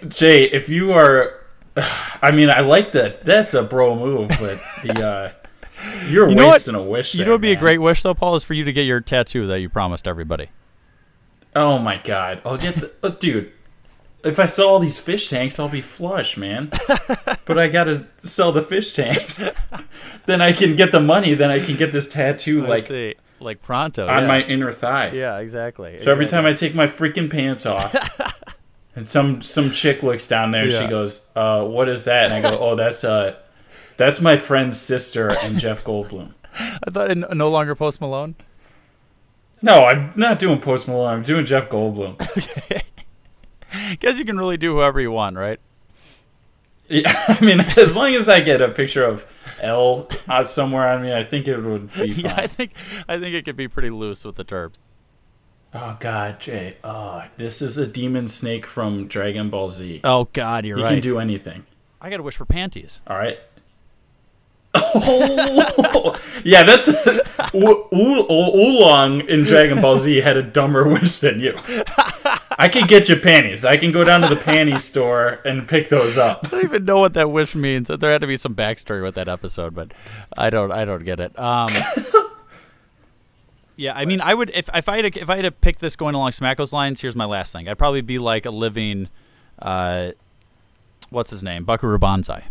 S8: Jay, if you are, I mean, I like that. That's a bro move, but the uh, you're
S6: You know
S8: wasting
S6: what?
S8: a wish.
S6: You
S8: there,
S6: know, what'd be a
S8: man.
S6: great wish though, Paul, is for you to get your tattoo that you promised everybody.
S8: Oh my god! I'll get the oh, dude. If I sell all these fish tanks, I'll be flush, man. but I gotta sell the fish tanks. then I can get the money. Then I can get this tattoo
S6: I
S8: like
S6: see. like pronto
S8: on
S6: yeah.
S8: my inner thigh.
S6: Yeah, exactly.
S8: So every time I take my freaking pants off, and some some chick looks down there,
S6: Yeah.
S8: she goes, uh, "What is that?" And I go, "Oh, that's uh, that's my friend's sister and Jeff Goldblum."
S6: I thought n- no longer Post Malone.
S8: No, I'm not doing Post Malone. I'm doing Jeff Goldblum.
S6: Guess you can really do whoever you want, right?
S8: Yeah, I mean, as long as I get a picture of L uh, somewhere on me, I think it would be fine.
S6: Yeah, I think I think it could be pretty loose with the terms.
S8: Oh God, Jay. Oh, this is a demon snake from Dragon Ball Z.
S6: Oh God, you're
S8: you
S6: right.
S8: can do anything.
S6: I got to wish for panties.
S8: All right. Oh, yeah, that's U- U- Oolong in Dragon Ball Z had a dumber wish than you. I can get you panties. I can go down to the panty store and pick those up.
S6: I don't even know what that wish means. There had to be some backstory with that episode, but I don't. I don't get it. Um, yeah, I mean, I would if if I had to, if I had to pick this going along Smacko's lines. Here's my last thing. I'd probably be like a living, uh, what's his name, Buckaroo Banzai.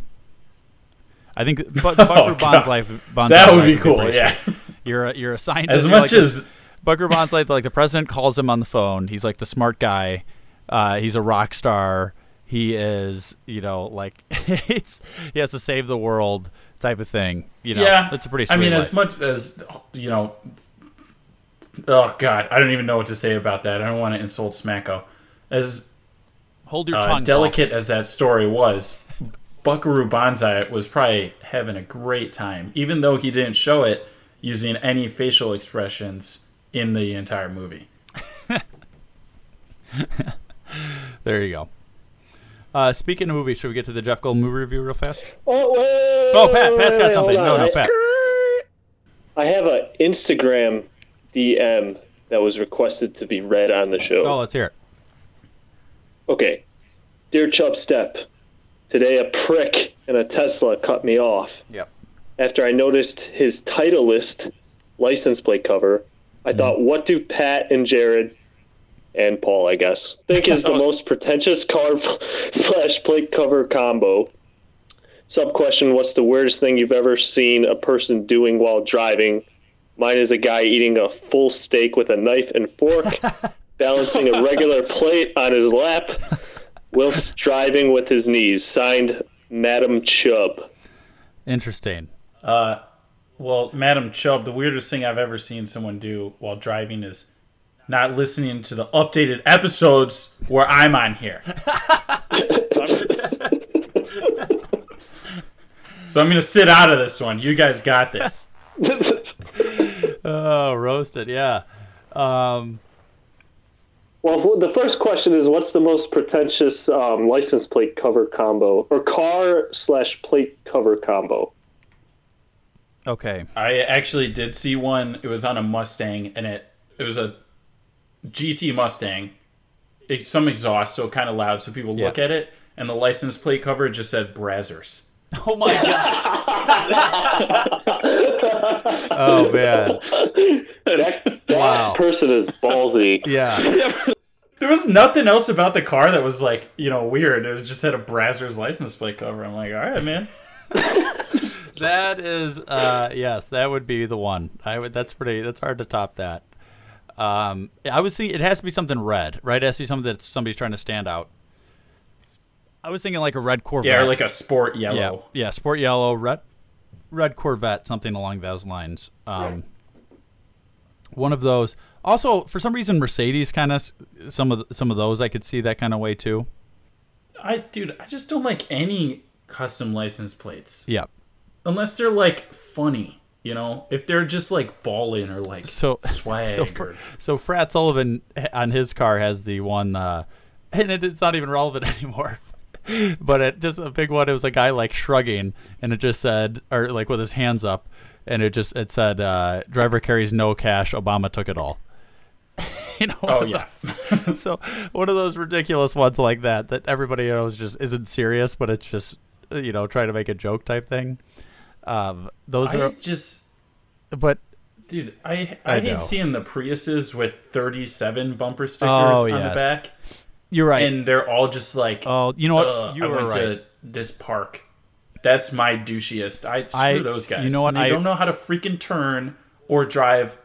S6: I think Bu- Buckaroo
S8: God.
S6: Banzai. Banzai
S8: That would
S6: life
S8: be cool.
S6: pretty
S8: Yeah.
S6: sweet. You're a, you're a scientist.
S8: As
S6: you're like
S8: much as-
S6: this- Buckaroo Banzai, like the president calls him on the phone. He's like the smart guy. Uh, he's a rock star. He is, you know, like it's he has to save the world type of thing. You know,
S8: yeah,
S6: that's a pretty. Sweet
S8: I mean,
S6: life.
S8: as much as you know. Oh God, I don't even know what to say about that. I don't want to insult Smacko. As
S6: hold your
S8: uh,
S6: tongue.
S8: delicate as that story was, Buckaroo Banzai was probably having a great time, even though he didn't show it using any facial expressions in the entire movie.
S6: Paul. There you go. Uh, speaking of movies, should we get to the Jeff Gold movie review real fast?
S9: Oh, wait, wait,
S6: Oh,
S9: wait,
S6: Pat,
S9: wait,
S6: Pat's
S9: wait,
S6: got
S9: wait,
S6: something.
S9: hold
S6: No,
S9: on.
S6: no, Pat.
S9: I have a Instagram DM that was requested to be read on the show.
S6: Oh, let's hear it.
S9: Okay. Dear Chub Step, today a prick in a Tesla cut me off.
S6: Yep.
S9: After I noticed his Titleist license plate cover, I thought, what do Pat and Jared and Paul, I guess, think is the most pretentious car slash plate cover combo? Sub question What's the weirdest thing you've ever seen a person doing while driving? Mine is a guy eating a full steak with a knife and fork, balancing a regular plate on his lap whilst driving with his knees. Signed, Madam Chubb.
S6: Interesting.
S8: Well, Madam Chubb, the weirdest thing I've ever seen someone do while driving is not listening to the updated episodes where I'm on here. so I'm going to sit out of this one. You guys got this.
S6: Oh, roasted. Yeah. Um,
S9: Well, the first question is what's the most pretentious um, license plate cover combo or car slash plate cover combo?
S6: okay.
S8: I actually did see one. It was on a Mustang, and it it was a GT Mustang. It's some exhaust, so kind of loud, so people look
S6: Yeah.
S8: at it. And the license plate cover just said Brazzers.
S6: Oh my god. oh man.
S9: That, that
S6: Wow.
S9: person is ballsy.
S6: Yeah.
S8: There was nothing else about the car that was like you know weird. It was just had a Brazzers license plate cover. I'm like, all right, man.
S6: that is uh, yes, that would be the one. I would. That's pretty. That's hard to top that. Um, I would see it has to be something red, right? It has to be something that somebody's trying to stand out. I was thinking like a red Corvette.
S8: Yeah, or like a sport yellow.
S6: Yeah, yeah sport yellow, red, red Corvette, something along those lines. Um, one of those. Also, for some reason, Mercedes kind of some of some of those I could see that kind of way too.
S8: I dude, I just don't like any custom license plates.
S6: Yeah,
S8: unless they're like funny. You know, if they're just like balling or like so swag.
S6: So,
S8: fr- or...
S6: so Frat Sullivan on his car has the one, uh, and it's not even relevant anymore. but it just a big one. It was a guy like shrugging, and it just said, or like with his hands up, and it just it said, uh, "Driver carries no cash. Obama took it all." you know.
S8: Oh yeah.
S6: so one of those ridiculous ones like that that everybody knows just isn't serious, but it's just uh, you know trying to make a joke type thing. Um, those
S8: I
S6: are
S8: just,
S6: but
S8: dude, I I, I hate know. seeing the Priuses with thirty seven bumper stickers oh, on yes. the back.
S6: You're right,
S8: and they're all just like,
S6: oh, you know what? You
S8: I went
S6: right. to
S8: this park. That's my douchiest. I screw I, those guys.
S6: You know what?
S8: I don't know how to freaking turn or drive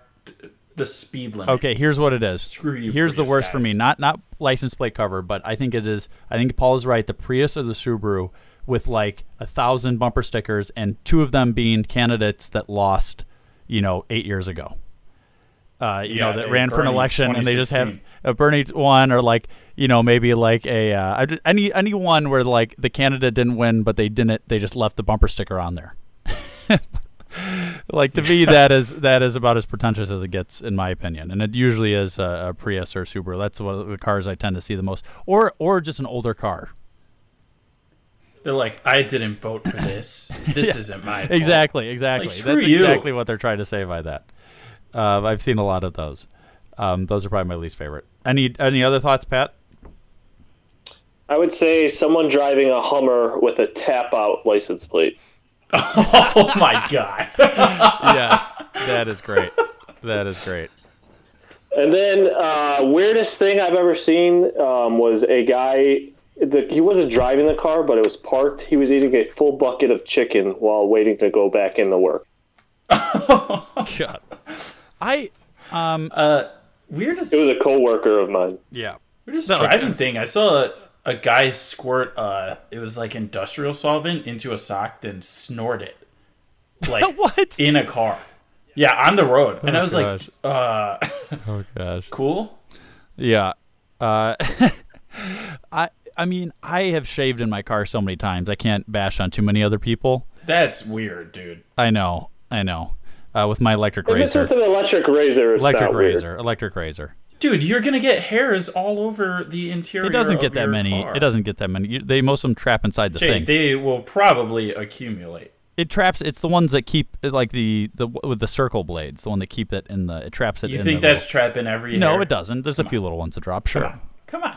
S8: the speed limit.
S6: Okay, here's what it is.
S8: Screw you.
S6: Here's
S8: Prius
S6: the worst
S8: guys.
S6: for me. Not not license plate cover, but I think it is. I think Paul is right. The Prius or the Subaru with like a thousand bumper stickers, and two of them being candidates that lost, you know, eight years ago. Uh, you
S8: yeah,
S6: know, that ran
S8: Bernie
S6: for an election, and they just have
S8: 2016.
S6: a Bernie one, or like you know, maybe like a uh, I just- any any one where like the candidate didn't win, but they didn't. They just left the bumper sticker on there. like to me, that is that is about as pretentious as it gets, in my opinion. And it usually is a, a Prius or a Subaru. That's one of the cars I tend to see the most, or or just an older car.
S8: They're like, I didn't vote for this. This
S6: Yeah.
S8: isn't my fault.
S6: Exactly, exactly.
S8: Like, screw
S6: That's
S8: you.
S6: exactly what they're trying to say by that. Uh, I've seen a lot of those. Um, those are probably my least favorite. Any any other thoughts, Pat?
S9: I would say someone driving a Hummer with a tap out license plate.
S8: oh my god.
S6: yes, that is great. That is great.
S9: And then uh, weirdest thing I've ever seen um, was a guy. The, he wasn't driving the car, but it was parked. He was eating a full bucket of chicken while waiting to go back into work.
S6: God, I um
S8: Uh, weirdest
S9: It was a coworker of mine.
S6: yeah.
S8: weirdest
S6: No, okay.
S8: driving thing. I saw a, a guy squirt. Uh, it was like industrial solvent into a sock, then snort it. Like
S6: What?
S8: in a car. Yeah, on the road, and
S6: Oh,
S8: I was
S6: gosh.
S8: like, uh,
S6: Oh gosh.
S8: cool.
S6: Yeah. Uh, I I mean I have shaved in my car so many times I can't bash on too many other people.
S8: That's weird, dude.
S6: I know. I know. Uh, with my electric
S9: If it's with
S6: razor.
S9: an electric razor, it's
S6: Electric
S9: not weird.
S6: razor. Electric razor.
S8: Dude, you're gonna get hairs all over the interior.
S6: It doesn't
S8: of
S6: get that
S8: your
S6: many.
S8: car.
S6: It doesn't get that many. You, they most of them trap inside the
S8: Jake,
S6: thing.
S8: they will probably accumulate.
S6: it traps. It's the ones that keep like the the with the circle blades. The one that keep it in the. It traps it.
S8: You
S6: in
S8: think
S6: the
S8: that's
S6: little-
S8: trapping every?
S6: No,
S8: hair?
S6: it doesn't. There's a few little ones that drop. Sure.
S8: Come on,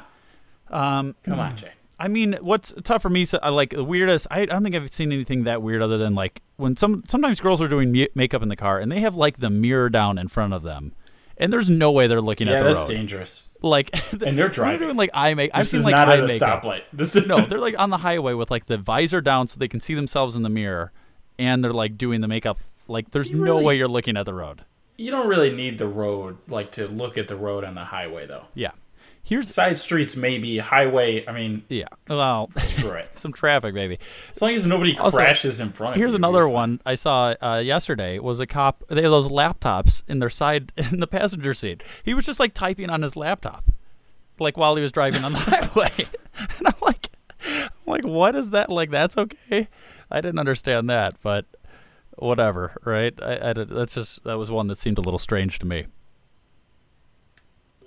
S6: Um,
S8: come on, Jake.
S6: I mean, what's tough for me? So, I like the weirdest. I, I don't think I've seen anything that weird other than like when some sometimes girls are doing mu- makeup in the car and they have like the mirror down in front of them, and there's no way they're looking
S8: Yeah,
S6: at the
S8: that's
S6: road.
S8: dangerous.
S6: Like,
S8: And they're
S6: when
S8: driving.
S6: doing like eye make. I've
S8: This
S6: seen
S8: is
S6: like
S8: not
S6: eye
S8: at a
S6: makeup.
S8: stoplight. This is
S6: no, they're like on the highway with like the visor down so they can see themselves in the mirror, and they're like doing the makeup. Like, there's
S8: You
S6: no
S8: really-
S6: way you're looking at the road.
S8: You don't really need the road, like to look at the road on the highway, though.
S6: Yeah, here's
S8: Side streets, maybe highway. I mean,
S6: yeah. Well,
S8: screw it.
S6: some traffic maybe.
S8: As long as nobody
S6: Also,
S8: crashes in front of
S6: Here's
S8: you,
S6: another
S8: you're fine.
S6: one I saw uh, yesterday. Was a cop? They have those laptops in their side in the passenger seat. He was just like typing on his laptop, like while he was driving on the highway. and I'm like, I'm like, what is that? Like that's okay. I didn't understand that, but whatever, right? I, I did- that's just that was one that seemed a little strange to me.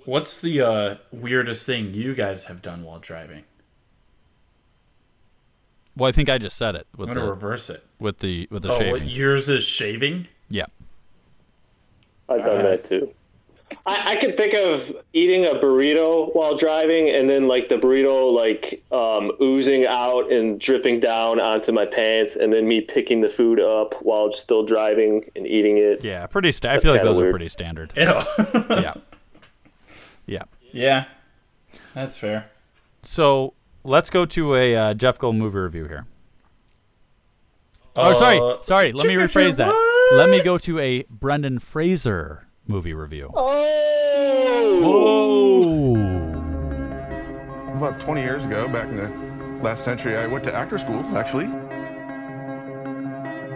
S8: What's the uh, weirdest thing you guys have done while driving?
S6: Well, I think I just said it with
S8: I'm gonna
S6: the
S8: reverse it.
S6: with the with the
S8: Oh, what,
S6: shaving.
S8: yours is shaving.
S6: yeah.
S9: I've done that too. I, I could think of eating a burrito while driving, and then like the burrito like um, oozing out and dripping down onto my pants, and then me picking the food up while still driving and eating it.
S6: Yeah, pretty. Sta- I feel like
S9: kinda
S6: those are
S9: weird.
S6: pretty standard.
S8: Ew.
S6: yeah, yeah.
S8: yeah, that's fair.
S6: So let's go to a uh, Jeff Gold movie review here. Oh, sorry, sorry. Let me rephrase that. Let me go to a Brendan Fraser movie review.
S1: Oh.
S6: Oh.
S1: About 20 years ago, back in the last century, I went to actor school, actually.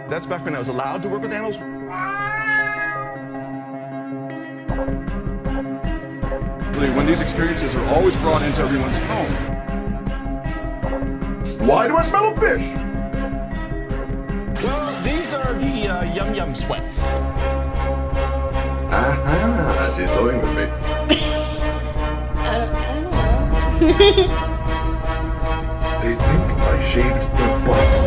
S1: That's back when I was allowed to work with animals. When these experiences are always brought into everyone's home. Why do I smell a fish?
S20: Well, these are the uh, yum yum sweats.
S1: Aha, she's toying with me.
S21: I don't, I don't know.
S1: They think I shaved their butts.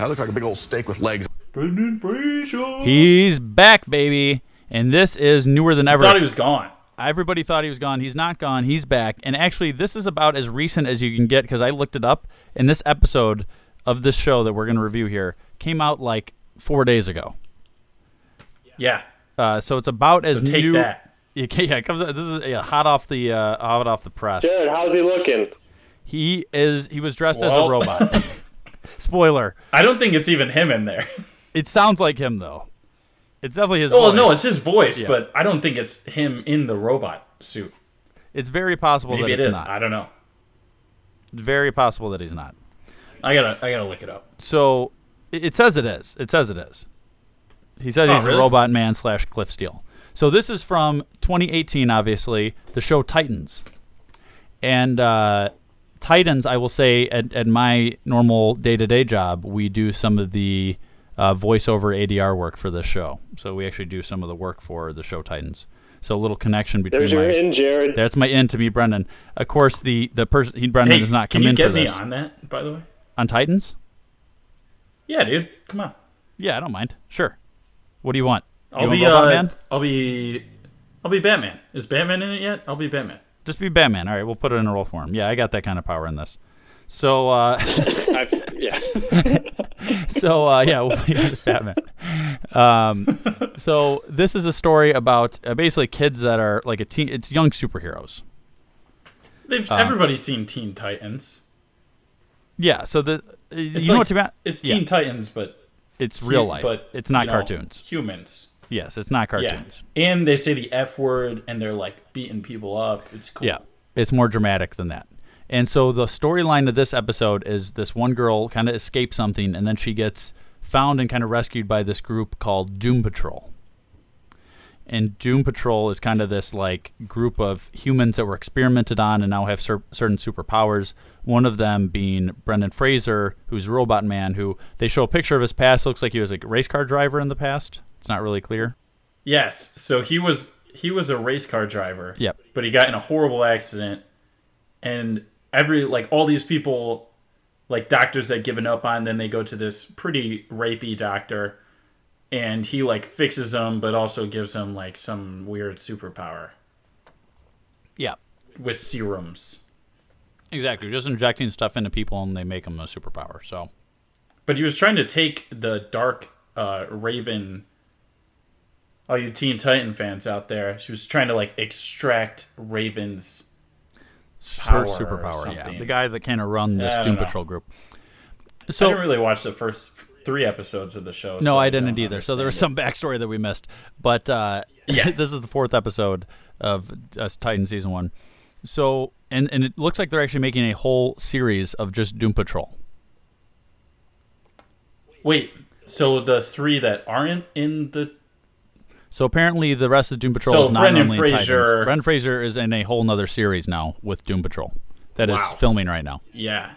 S1: I look like a big old steak with legs.
S8: Brendan Fraser.
S6: He's back, baby, and this is newer than ever.
S8: thought he was gone.
S6: Everybody thought he was gone. He's not gone. He's back. And actually, this is about as recent as you can get because I looked it up. And this episode of this show that we're going to review here came out like four days ago.
S8: Yeah.
S6: Uh, so it's about as
S8: take
S6: new.
S8: that.
S6: Yeah, ca- yeah, it comes. This is yeah, hot off the uh, hot off the press.
S9: Jared, how's he looking?
S6: He is. He was dressed as a
S8: Well.
S6: robot. Spoiler.
S8: I don't think it's even him in there.
S6: It sounds like him though. It's definitely his.
S8: Well,
S6: voice.
S8: no, it's his voice,
S6: Yeah.
S8: but I don't think it's him in the robot suit.
S6: it's very possible
S8: Maybe
S6: that
S8: it
S6: it's
S8: is.
S6: not.
S8: I don't know.
S6: Very possible that he's not.
S8: I gotta, I gotta look it up.
S6: So it it says it is. It says it is. He says
S8: Oh,
S6: he's
S8: really?
S6: a robot man slash Cliff Steele. So this is from 2018, obviously, the show Titans. And uh, Titans, I will say, at, at my normal day to day job, we do some of the uh, voiceover ADR work for this show. So we actually do some of the work for the show Titans. So a little connection between
S9: There's your
S6: my-
S9: in, Jared.
S6: That's my in to be Brendan. Of course, the the person he Brendan
S8: Hey,
S6: does not
S8: can
S6: come
S8: you
S6: in
S8: get
S6: for
S8: me
S6: this
S8: on that? By the way,
S6: on Titans.
S8: yeah, dude, come on.
S6: Yeah, I don't mind. Sure. What do you want?
S8: I'll
S6: you
S8: be,
S6: want
S8: uh,
S6: Batman?
S8: I'll be, I'll be Batman. Is Batman in it yet? I'll be Batman.
S6: Just be Batman. All right, we'll put it in a roll for him. Yeah, I got that kind of power in this. So, uh,
S19: I've, yeah.
S6: so uh, yeah, we'll be honest, Batman. Um, so this is a story about uh, basically kids that are like a teen. It's young superheroes.
S8: They've
S6: Um,
S8: everybody's seen Teen Titans.
S6: Yeah. So the uh, you
S8: It's
S6: know
S8: like-
S6: what to about?
S8: It's
S6: yeah,
S8: Teen Titans, but
S6: It's
S8: hu-
S6: real life.
S8: But
S6: it's not
S8: you know,
S6: cartoons.
S8: Humans.
S6: Yes, it's not
S8: Yeah.
S6: cartoons.
S8: And they say the F word, and they're like beating people up. It's cool.
S6: Yeah, it's more dramatic than that. And so the storyline of this episode is this one girl kind of escapes something, and then she gets found and kind of rescued by this group called Doom Patrol. And Doom Patrol is kind of this like group of humans that were experimented on and now have cer- certain superpowers. One of them being Brendan Fraser, who's Robot Man, who they show a picture of his past. Looks like he was a race car driver in the past. It's not really clear.
S8: Yes. So he was he was a race car driver.
S6: Yep.
S8: But he got in a horrible accident, and every like all these people, like doctors that given up on, then they go to this pretty rapey doctor, and he like fixes them, but also gives them like some weird superpower
S6: Yeah,
S8: with serums.
S6: exactly. Just injecting stuff into people and they make them a superpower. So.
S8: But he was trying to take the dark uh, Raven. All you Teen Titan fans out there, she was trying to like extract Raven's
S6: Her
S8: power or
S6: superpower. Yeah,
S8: something.
S6: the guy that kind of run this
S8: I don't
S6: Doom
S8: know.
S6: Patrol group.
S8: I
S6: So
S8: didn't really watch the first three episodes of the show.
S6: no,
S8: so
S6: I didn't
S8: don't
S6: either. So there was
S8: understand
S6: some backstory that we missed, but uh,
S8: Yeah.
S6: this is the fourth episode of uh, Titan season one. So and and it looks like they're actually making a whole series of just Doom Patrol.
S8: it. Wait, so the three that aren't in the
S6: So apparently the rest of Doom Patrol
S8: So
S6: is not
S8: Brendan
S6: only in Titans.
S8: Fraser-
S6: Brendan Fraser is in a whole nother series now with Doom Patrol that is
S8: Wow.
S6: filming right now.
S8: yeah,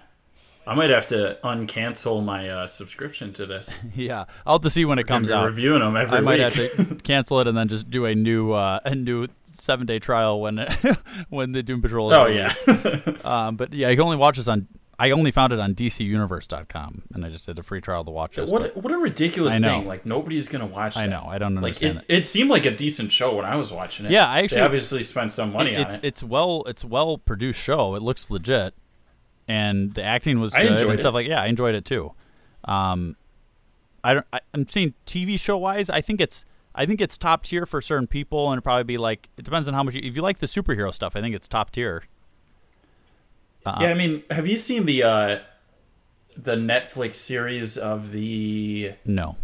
S8: I might have to uncancel my uh, subscription to this.
S6: Yeah, I'll have to see when it
S8: gonna
S6: comes
S8: be
S6: out.
S8: reviewing 'em every
S6: I might
S8: week.
S6: have to cancel it and then just do a new uh, a new seven day trial when when the Doom Patrol. Is
S8: Oh, yeah.
S6: released. um, but yeah, I can only watch this on. I only found it on DCUniverse.com, and I just did a free trial to watch this.
S8: Uh, What
S6: but
S8: what a ridiculous
S6: I know.
S8: thing! Like nobody's gonna watch.
S6: I
S8: that.
S6: know, I don't
S8: Like
S6: understand
S8: it, it. seemed like a decent show when I was watching it.
S6: Yeah, I actually-
S8: they obviously spent some money
S6: it-
S8: on
S6: it's
S8: it.
S6: it's well it's well produced show. It looks legit, and the acting was
S8: I
S6: good
S8: enjoyed
S6: and stuff
S8: it.
S6: like. Yeah, I enjoyed it too. Um, I don't. I, I'm seeing TV show wise. I think it's. I think it's top tier for certain people, and it'd probably be like it depends on how much. You, if you like the superhero stuff, I think it's top tier. Uh,
S8: yeah, I mean, have you seen the uh, the Netflix series of the
S6: no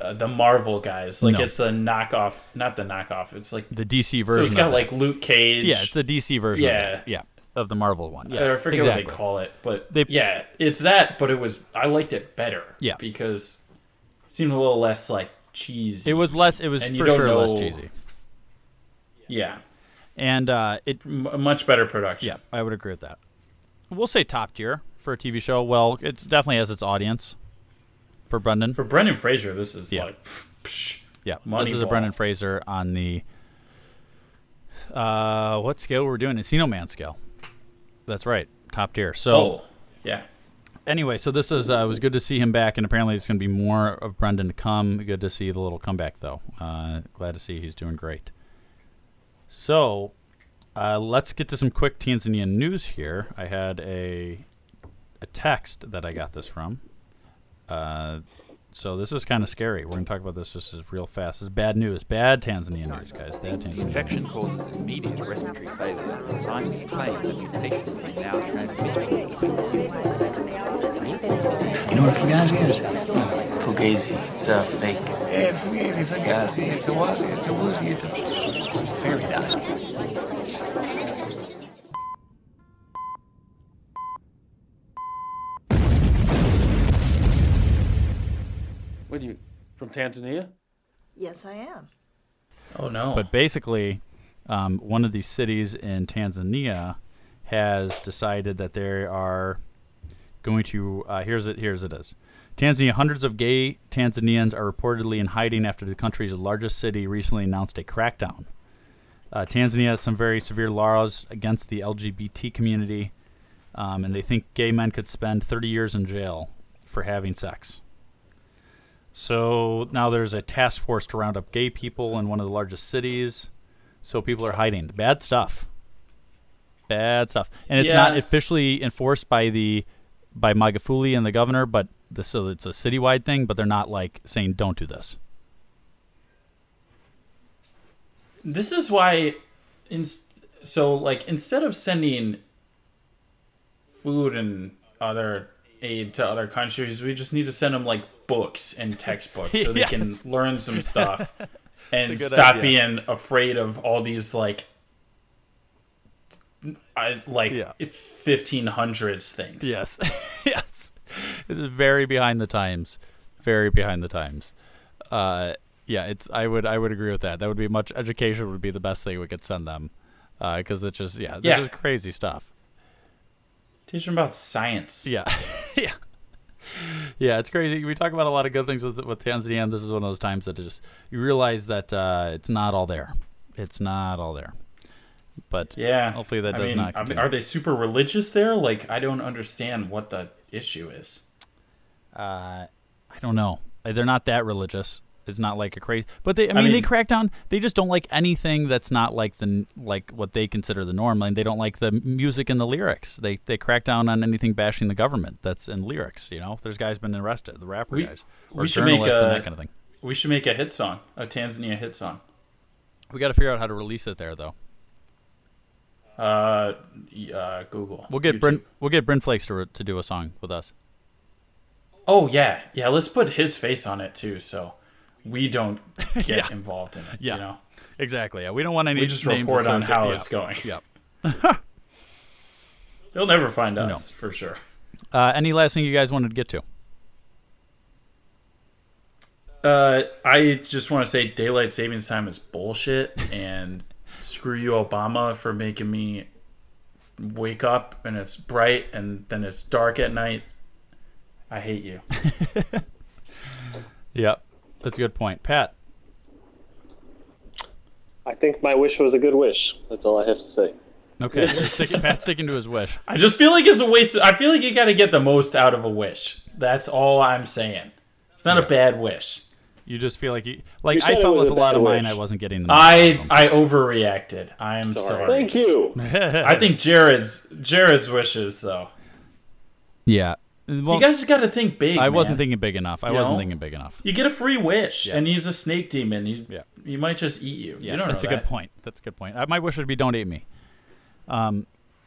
S8: uh, the Marvel guys. Like
S6: No.
S8: it's the knockoff, not the knockoff. It's like
S6: the DC
S8: So
S6: version.
S8: it's got
S6: of
S8: like
S6: that.
S8: Luke Cage.
S6: Yeah, it's the DC version.
S8: Yeah.
S6: of that. yeah, of the Marvel one.
S8: Yeah,
S6: Yeah,
S8: I forget
S6: exactly.
S8: what they call it, but yeah, it's that. But it was I liked it better.
S6: Yeah.
S8: because it seemed a little less like cheesy.
S6: It was less. It was
S8: And you
S6: for
S8: don't
S6: sure less
S8: know-
S6: cheesy.
S8: Yeah,
S6: and uh, it
S8: much better production.
S6: Yeah, I would agree with that. We'll say top tier for a TV show. Well, it definitely has its audience. For Brendan, for
S8: Brendan Fraser, this is like
S6: yeah, this is a
S8: Moneyball.
S6: Brendan Fraser on the uh, what scale we're doing? Encino Man scale. That's right, top tier. So
S8: Oh, yeah.
S6: anyway, so this is uh, it was good to see him back, and apparently it's going to be more of Brendan to come. Good to see the little comeback though. Uh, glad to see he's doing great. So uh, let's get to some quick Tanzanian news here. I had a a text that I got this from. Uh, so this is kind of scary. We're going to talk about this. This is real fast. This is bad news. Bad Tanzanian news, guys. Bad Tanzanian.
S22: The infection causes immediate respiratory failure, and scientists claim the mutation is now transmitted.
S23: You know what fugazi is? Fugazi. It's a fake.
S22: Yeah, fugazi, fugazi, it's a wazi, it's a woozy, it's a fairy dust.
S24: What are you from Tanzania?
S25: Yes, I am.
S8: Oh no!
S6: But basically, um, one of these cities in Tanzania has decided that they are going to. Uh, here's it. Here's it is. Tanzania. Hundreds of gay Tanzanians are reportedly in hiding after the country's largest city recently announced a crackdown. Uh, Tanzania has some very severe laws against the LGBT community, um, and they think gay men could spend 30 years in jail for having sex. So now there's a task force to round up gay people in one of the largest cities. So people are hiding. Bad stuff. Bad stuff. And it's not
S8: Yeah.
S6: officially enforced by the by Magafuli and the governor, but the, so it's a citywide thing. But they're not like saying don't do this.
S8: This is why, in, so like instead of sending food and other aid to other countries, we just need to send them like books and textbooks so they can
S24: Yes.
S8: learn some stuff and
S24: It's a good
S8: stop
S24: idea.
S8: being afraid of all these like. I like fifteen hundreds things.
S6: Yes. yes. This is very behind the times. Very behind the times. Uh, yeah, it's. I would. I would agree with that. That would be much. Education would be the best thing we could send them, because it's just. Yeah, this
S8: Yeah.
S6: is crazy stuff.
S8: Teach them about science.
S6: Yeah. yeah. Yeah, it's crazy. We talk about a lot of good things with with Tanzania. And this is one of those times that it just you realize that uh, it's not all there. It's not all there. But
S8: Yeah.
S6: hopefully that
S8: I
S6: does
S8: mean,
S6: not.
S8: I mean,
S6: Continue.
S8: are they super religious there? Like, I don't understand what the issue is.
S6: Uh, I don't know. Like, They're not that religious. It's not like a crazy, but they. I
S8: I
S6: mean, they
S8: mean-
S6: crack down. They just don't like anything that's not like the n- like what they consider the norm. Like they don't like the music and the lyrics. They they crack down on anything bashing the government that's in lyrics. You know, there's guys been arrested, the rapper
S8: We,
S6: guys, or
S8: we should make
S6: journalists
S8: a,
S6: and that kind of thing.
S8: We should make a hit song, a Tanzania hit song.
S6: We got to figure out how to release it there, though.
S8: Uh, y- uh Google.
S6: We'll get
S8: YouTube.
S6: Bryn, we'll get Bryn Flakes to to do a song with us.
S8: Oh yeah, yeah. Let's put his face on it too, so we don't get involved in it.
S6: Yeah.
S8: you know?
S6: Exactly. Yeah, we don't want any.
S8: We just
S6: names
S8: report on
S6: associated-
S8: how
S6: yeah.
S8: it's going.
S6: Yep.
S8: They'll never find
S6: No.
S8: us for sure.
S6: Uh, any last thing you guys wanted to get to?
S8: Uh, I just want to say daylight savings time is bullshit, and screw you, Obama, for making me wake up and it's bright and then it's dark at night. I hate you.
S6: Yep. That's a good point, Pat.
S9: I think my wish was a good wish. That's all I have to say.
S6: Okay, sticking, Pat's sticking to his wish.
S8: I just feel like it's a waste. Of, I feel like you got to get the most out of a wish. That's all I'm saying. It's not a bad wish.
S6: You just feel like you
S8: You
S6: like
S8: said
S6: I
S8: it
S6: felt
S8: was
S6: with
S8: a
S6: a lot
S8: bad
S6: of mine.
S8: wish.
S6: I wasn't getting. The
S8: I I overreacted. I am sorry.
S9: Thank you.
S8: I think Jared's Jared's wishes though.
S6: yeah.
S8: you guys got to think big.
S6: I
S8: man.
S6: wasn't thinking big enough. I
S8: You
S6: wasn't
S8: know?
S6: thinking big enough.
S8: You get a free wish,
S6: Yeah.
S8: and he's a snake demon. He,
S6: Yeah.
S8: he might just eat you.
S6: Yeah,
S8: you don't
S6: that's
S8: know
S6: a good
S8: that.
S6: point. That's a good point. I, my wish would be don't eat me. Um,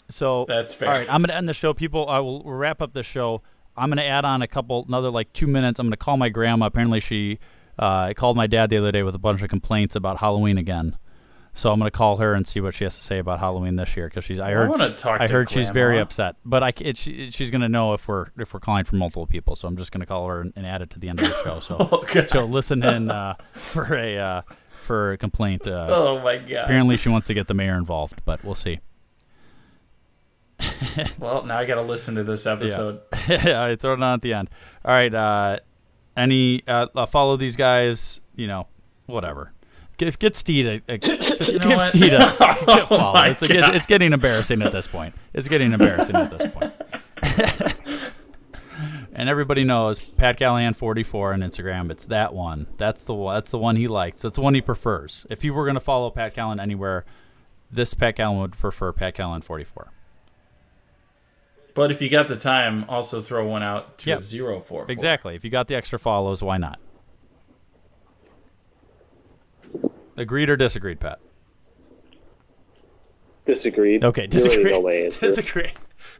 S6: so
S8: That's fair.
S6: All right, I'm going to end the show. People, I will wrap up the show. I'm gonna add on a couple another like two minutes. I'm gonna call my grandma. Apparently she uh, called my dad the other day with a bunch of complaints about Halloween again. So I'm gonna call her and see what she has to say about Halloween this year because she's. I heard.
S8: I, talk
S6: I heard
S8: grandma.
S6: she's very upset, but I it, she, she's gonna know if we're if we're calling for multiple people. So I'm just gonna call her and, and add it to the end of the show. So
S8: Okay.
S6: she'll listen in uh, for a uh, for a complaint. Uh,
S8: Oh, my God.
S6: Apparently she wants to get the mayor involved, but we'll see.
S8: Well, now I got to listen to this episode.
S6: Yeah. All right, throw it on at the end. All right. Uh, any uh, uh, follow these guys? You know, whatever. Give get Steed a, a just
S8: You know
S6: give
S8: what?
S6: Steed a,
S8: Oh
S6: a follow.
S8: my
S6: It's, a-
S8: God.
S6: it's getting embarrassing at this point. It's getting embarrassing at this point. and everybody knows Pat Callahan forty four on Instagram. It's that one. That's the one. That's the one he likes. That's the one he prefers. If you were going to follow Pat Callahan anywhere, this Pat Callahan would prefer Pat Callahan forty four.
S8: But if you got the time, also throw one out to a zero four. four.
S6: Exactly. If you got the extra follows, why not? Agreed or disagreed, Pat?
S9: Disagreed.
S6: Okay,
S9: Really
S6: disagree.
S9: no way answer.
S6: Disagree.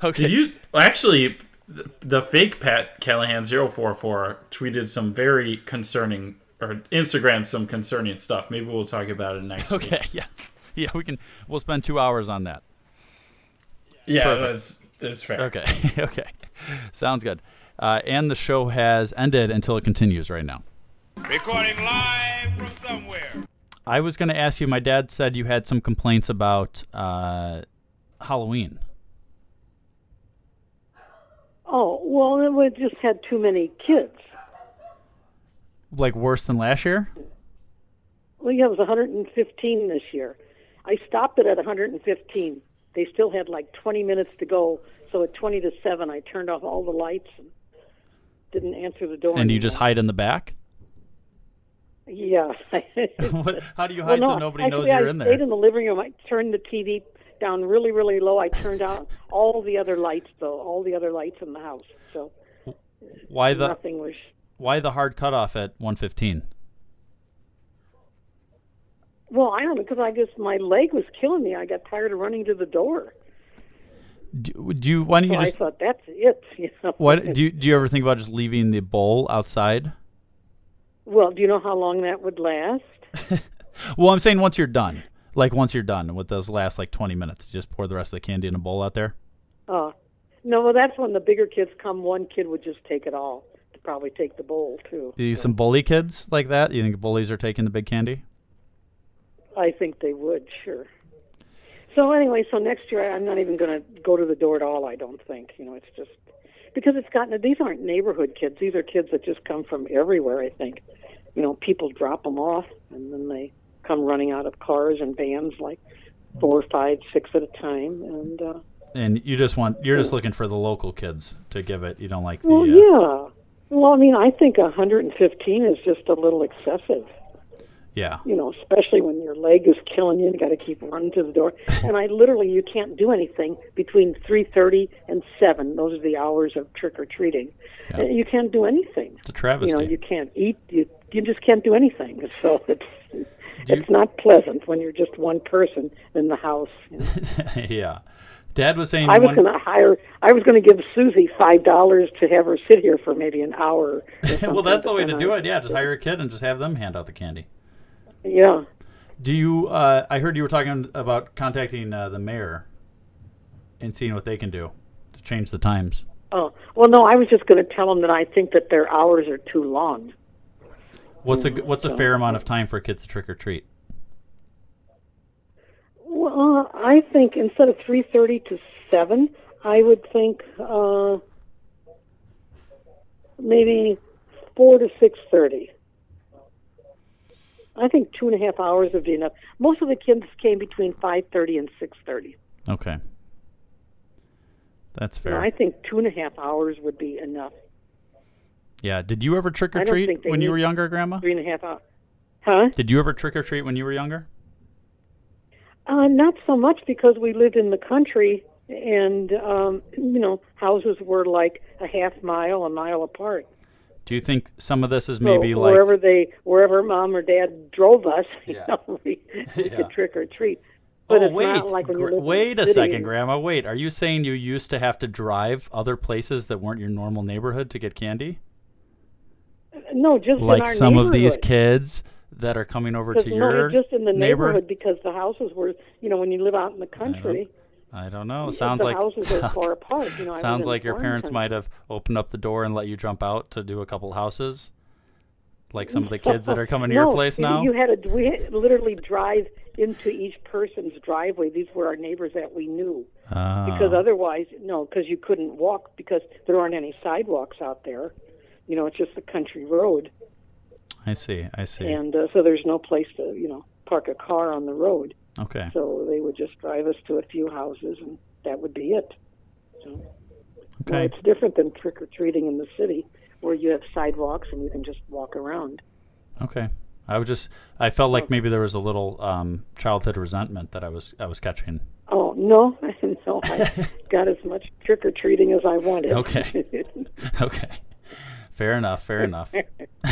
S6: Okay.
S8: Did you actually? The, the fake Pat Callahan 044 tweeted some very concerning, or Instagram some concerning stuff. Maybe we'll talk about it next week.
S6: Okay. Yes. Yeah. We can. We'll spend two hours on that.
S8: Yeah,
S6: Perfect.
S8: that's that's fair.
S6: Okay. okay. Sounds good. Uh, and the show has ended until it continues right now.
S25: Recording live from somewhere.
S6: I was going to ask you. My dad said you had some complaints about uh, Halloween.
S4: Oh, well, we just had too many kids.
S6: Like worse than last year?
S4: Well, yeah, it was 115 this year. I stopped it at 115. They still had like 20 minutes to go. So at 20 to 7, I turned off all the lights and didn't answer the door.
S6: And you just hide in the back?
S4: Yeah.
S6: what, how do you
S4: Well,
S6: hide so nobody
S4: actually,
S6: knows you're
S4: I
S6: in
S4: stayed
S6: there?
S4: in the living room. I turned the TV down really, really low. I turned out all the other lights, though, all the other lights in the house. So
S6: Why the
S4: nothing was.
S6: Why the hard cutoff at 115?
S4: Well, I don't know because I just my leg was killing me. I got tired of running to the door.
S6: Do, do you? Why don't you
S4: so I
S6: just?
S4: thought that's it. You know?
S6: What do you, do you ever think about just leaving the bowl outside?
S4: Well, do you know how long that would last?
S6: Well, I'm saying once you're done, like once you're done with those last like 20 minutes, you just pour the rest of the candy in a bowl out there.
S4: Uh, no, well, that's when the bigger kids come. One kid would just take it all. They'd probably take the bowl too.
S6: Do you some bully kids like that? You think bullies are taking the big candy?
S4: I think they would, sure. So anyway, so next year I- I'm not even going to go to the door at all. I don't think. You know, it's just because it's gotten. These aren't neighborhood kids. These are kids that just come from everywhere. I think. You know, people drop them off and then they come running out of cars and vans like four, five, six at a time. And uh,
S6: And you just want you're just looking for the local kids to give it. You don't like the
S4: well,
S6: uh,
S4: yeah. Well, I mean, I think 115 is just a little excessive.
S6: yeah.
S4: you know, especially when your leg is killing you and got to keep running to the door. And I literally, you can't do anything between 3:30 and 7. Those are the hours of trick or treating.
S6: Yeah.
S4: You can't do anything.
S6: It's a travesty.
S4: You know, you can't eat. You you just can't do anything. So it's
S6: Do you-
S4: it's not pleasant when you're just one person in the house. you know.
S6: yeah. Dad was saying
S4: I was
S6: one-
S4: going to hire. I was going to give Susie five dollars to have her sit here for maybe an hour. or
S6: well,
S4: something,
S6: that's the
S4: but
S6: way
S4: then
S6: to
S4: I-
S6: do it. Yeah, just hire a kid and just have them hand out the candy.
S4: Yeah.
S6: Do you? Uh, I heard you were talking about contacting uh, the mayor and seeing what they can do to change the times.
S4: Oh well, no. I was just going to tell them that I think that their hours are too long.
S6: What's a what's a fair amount of time for kids to trick or treat?
S4: Well, I think instead of three thirty to seven, I would think uh, maybe four to six thirty. I think two and a half hours would be enough. Most of the kids came between five thirty and six thirty.
S6: Okay, that's
S4: And
S6: fair.
S4: I think two and a half hours would be enough.
S6: yeah. Did you ever trick
S4: I
S6: or
S4: don't think
S6: treat
S4: they
S6: when you
S4: need
S6: were younger, Grandma?
S4: Three and a half hours. Huh?
S6: Did you ever trick or treat when you were younger?
S4: Uh, not so much because we lived in the country, and um, you know, houses were like a half mile, a mile apart.
S6: Do you think some of this is
S4: So
S6: maybe like
S4: wherever they wherever mom or dad drove us, you know, we, we
S6: Yeah.
S4: could trick or treat. But
S6: oh
S4: it's
S6: wait,
S4: not like when you
S6: Gra-
S4: live in the
S6: wait a
S4: city.
S6: second, Grandma. Wait, are you saying you used to have to drive other places that weren't your normal neighborhood to get candy?
S4: No, just in
S6: like
S4: our
S6: some of these
S4: neighborhood.
S6: kids that are coming over
S4: Just-
S6: to
S4: no,
S6: your
S4: just in the
S6: neighbor?
S4: neighborhood because the houses were, you know, when you live out in the country,
S6: I don't know. Sounds
S4: the
S6: like
S4: houses are far apart. You know, I live
S6: sounds
S4: in
S6: like
S4: the
S6: your
S4: farm
S6: parents
S4: country.
S6: might have opened up the door and let you jump out to do a couple houses, like some of the kids that are coming to
S4: No,
S6: your place
S4: you-
S6: now.
S4: You had to we had to literally drive into each person's driveway. These were our neighbors that we knew. Because
S6: Ah.
S4: otherwise, no, because you couldn't walk because there aren't any sidewalks out there. You know, it's just the country road,
S6: I see. I see.
S4: and uh, so there's no place to, you know, park a car on the road.
S6: Okay.
S4: So they would just drive us to a few houses, and that would be it. So,
S6: Okay.
S4: It's different than trick or treating in the city, where you have sidewalks and you can just walk around.
S6: Okay. I was just I felt like maybe there was a little um, childhood resentment that I was I was catching.
S4: Oh no, no! I got as much trick or treating as I wanted.
S6: Okay. okay. Fair enough, fair enough.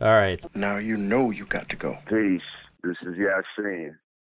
S6: All right.
S26: Now you know you got to go. Peace. This is Yasin.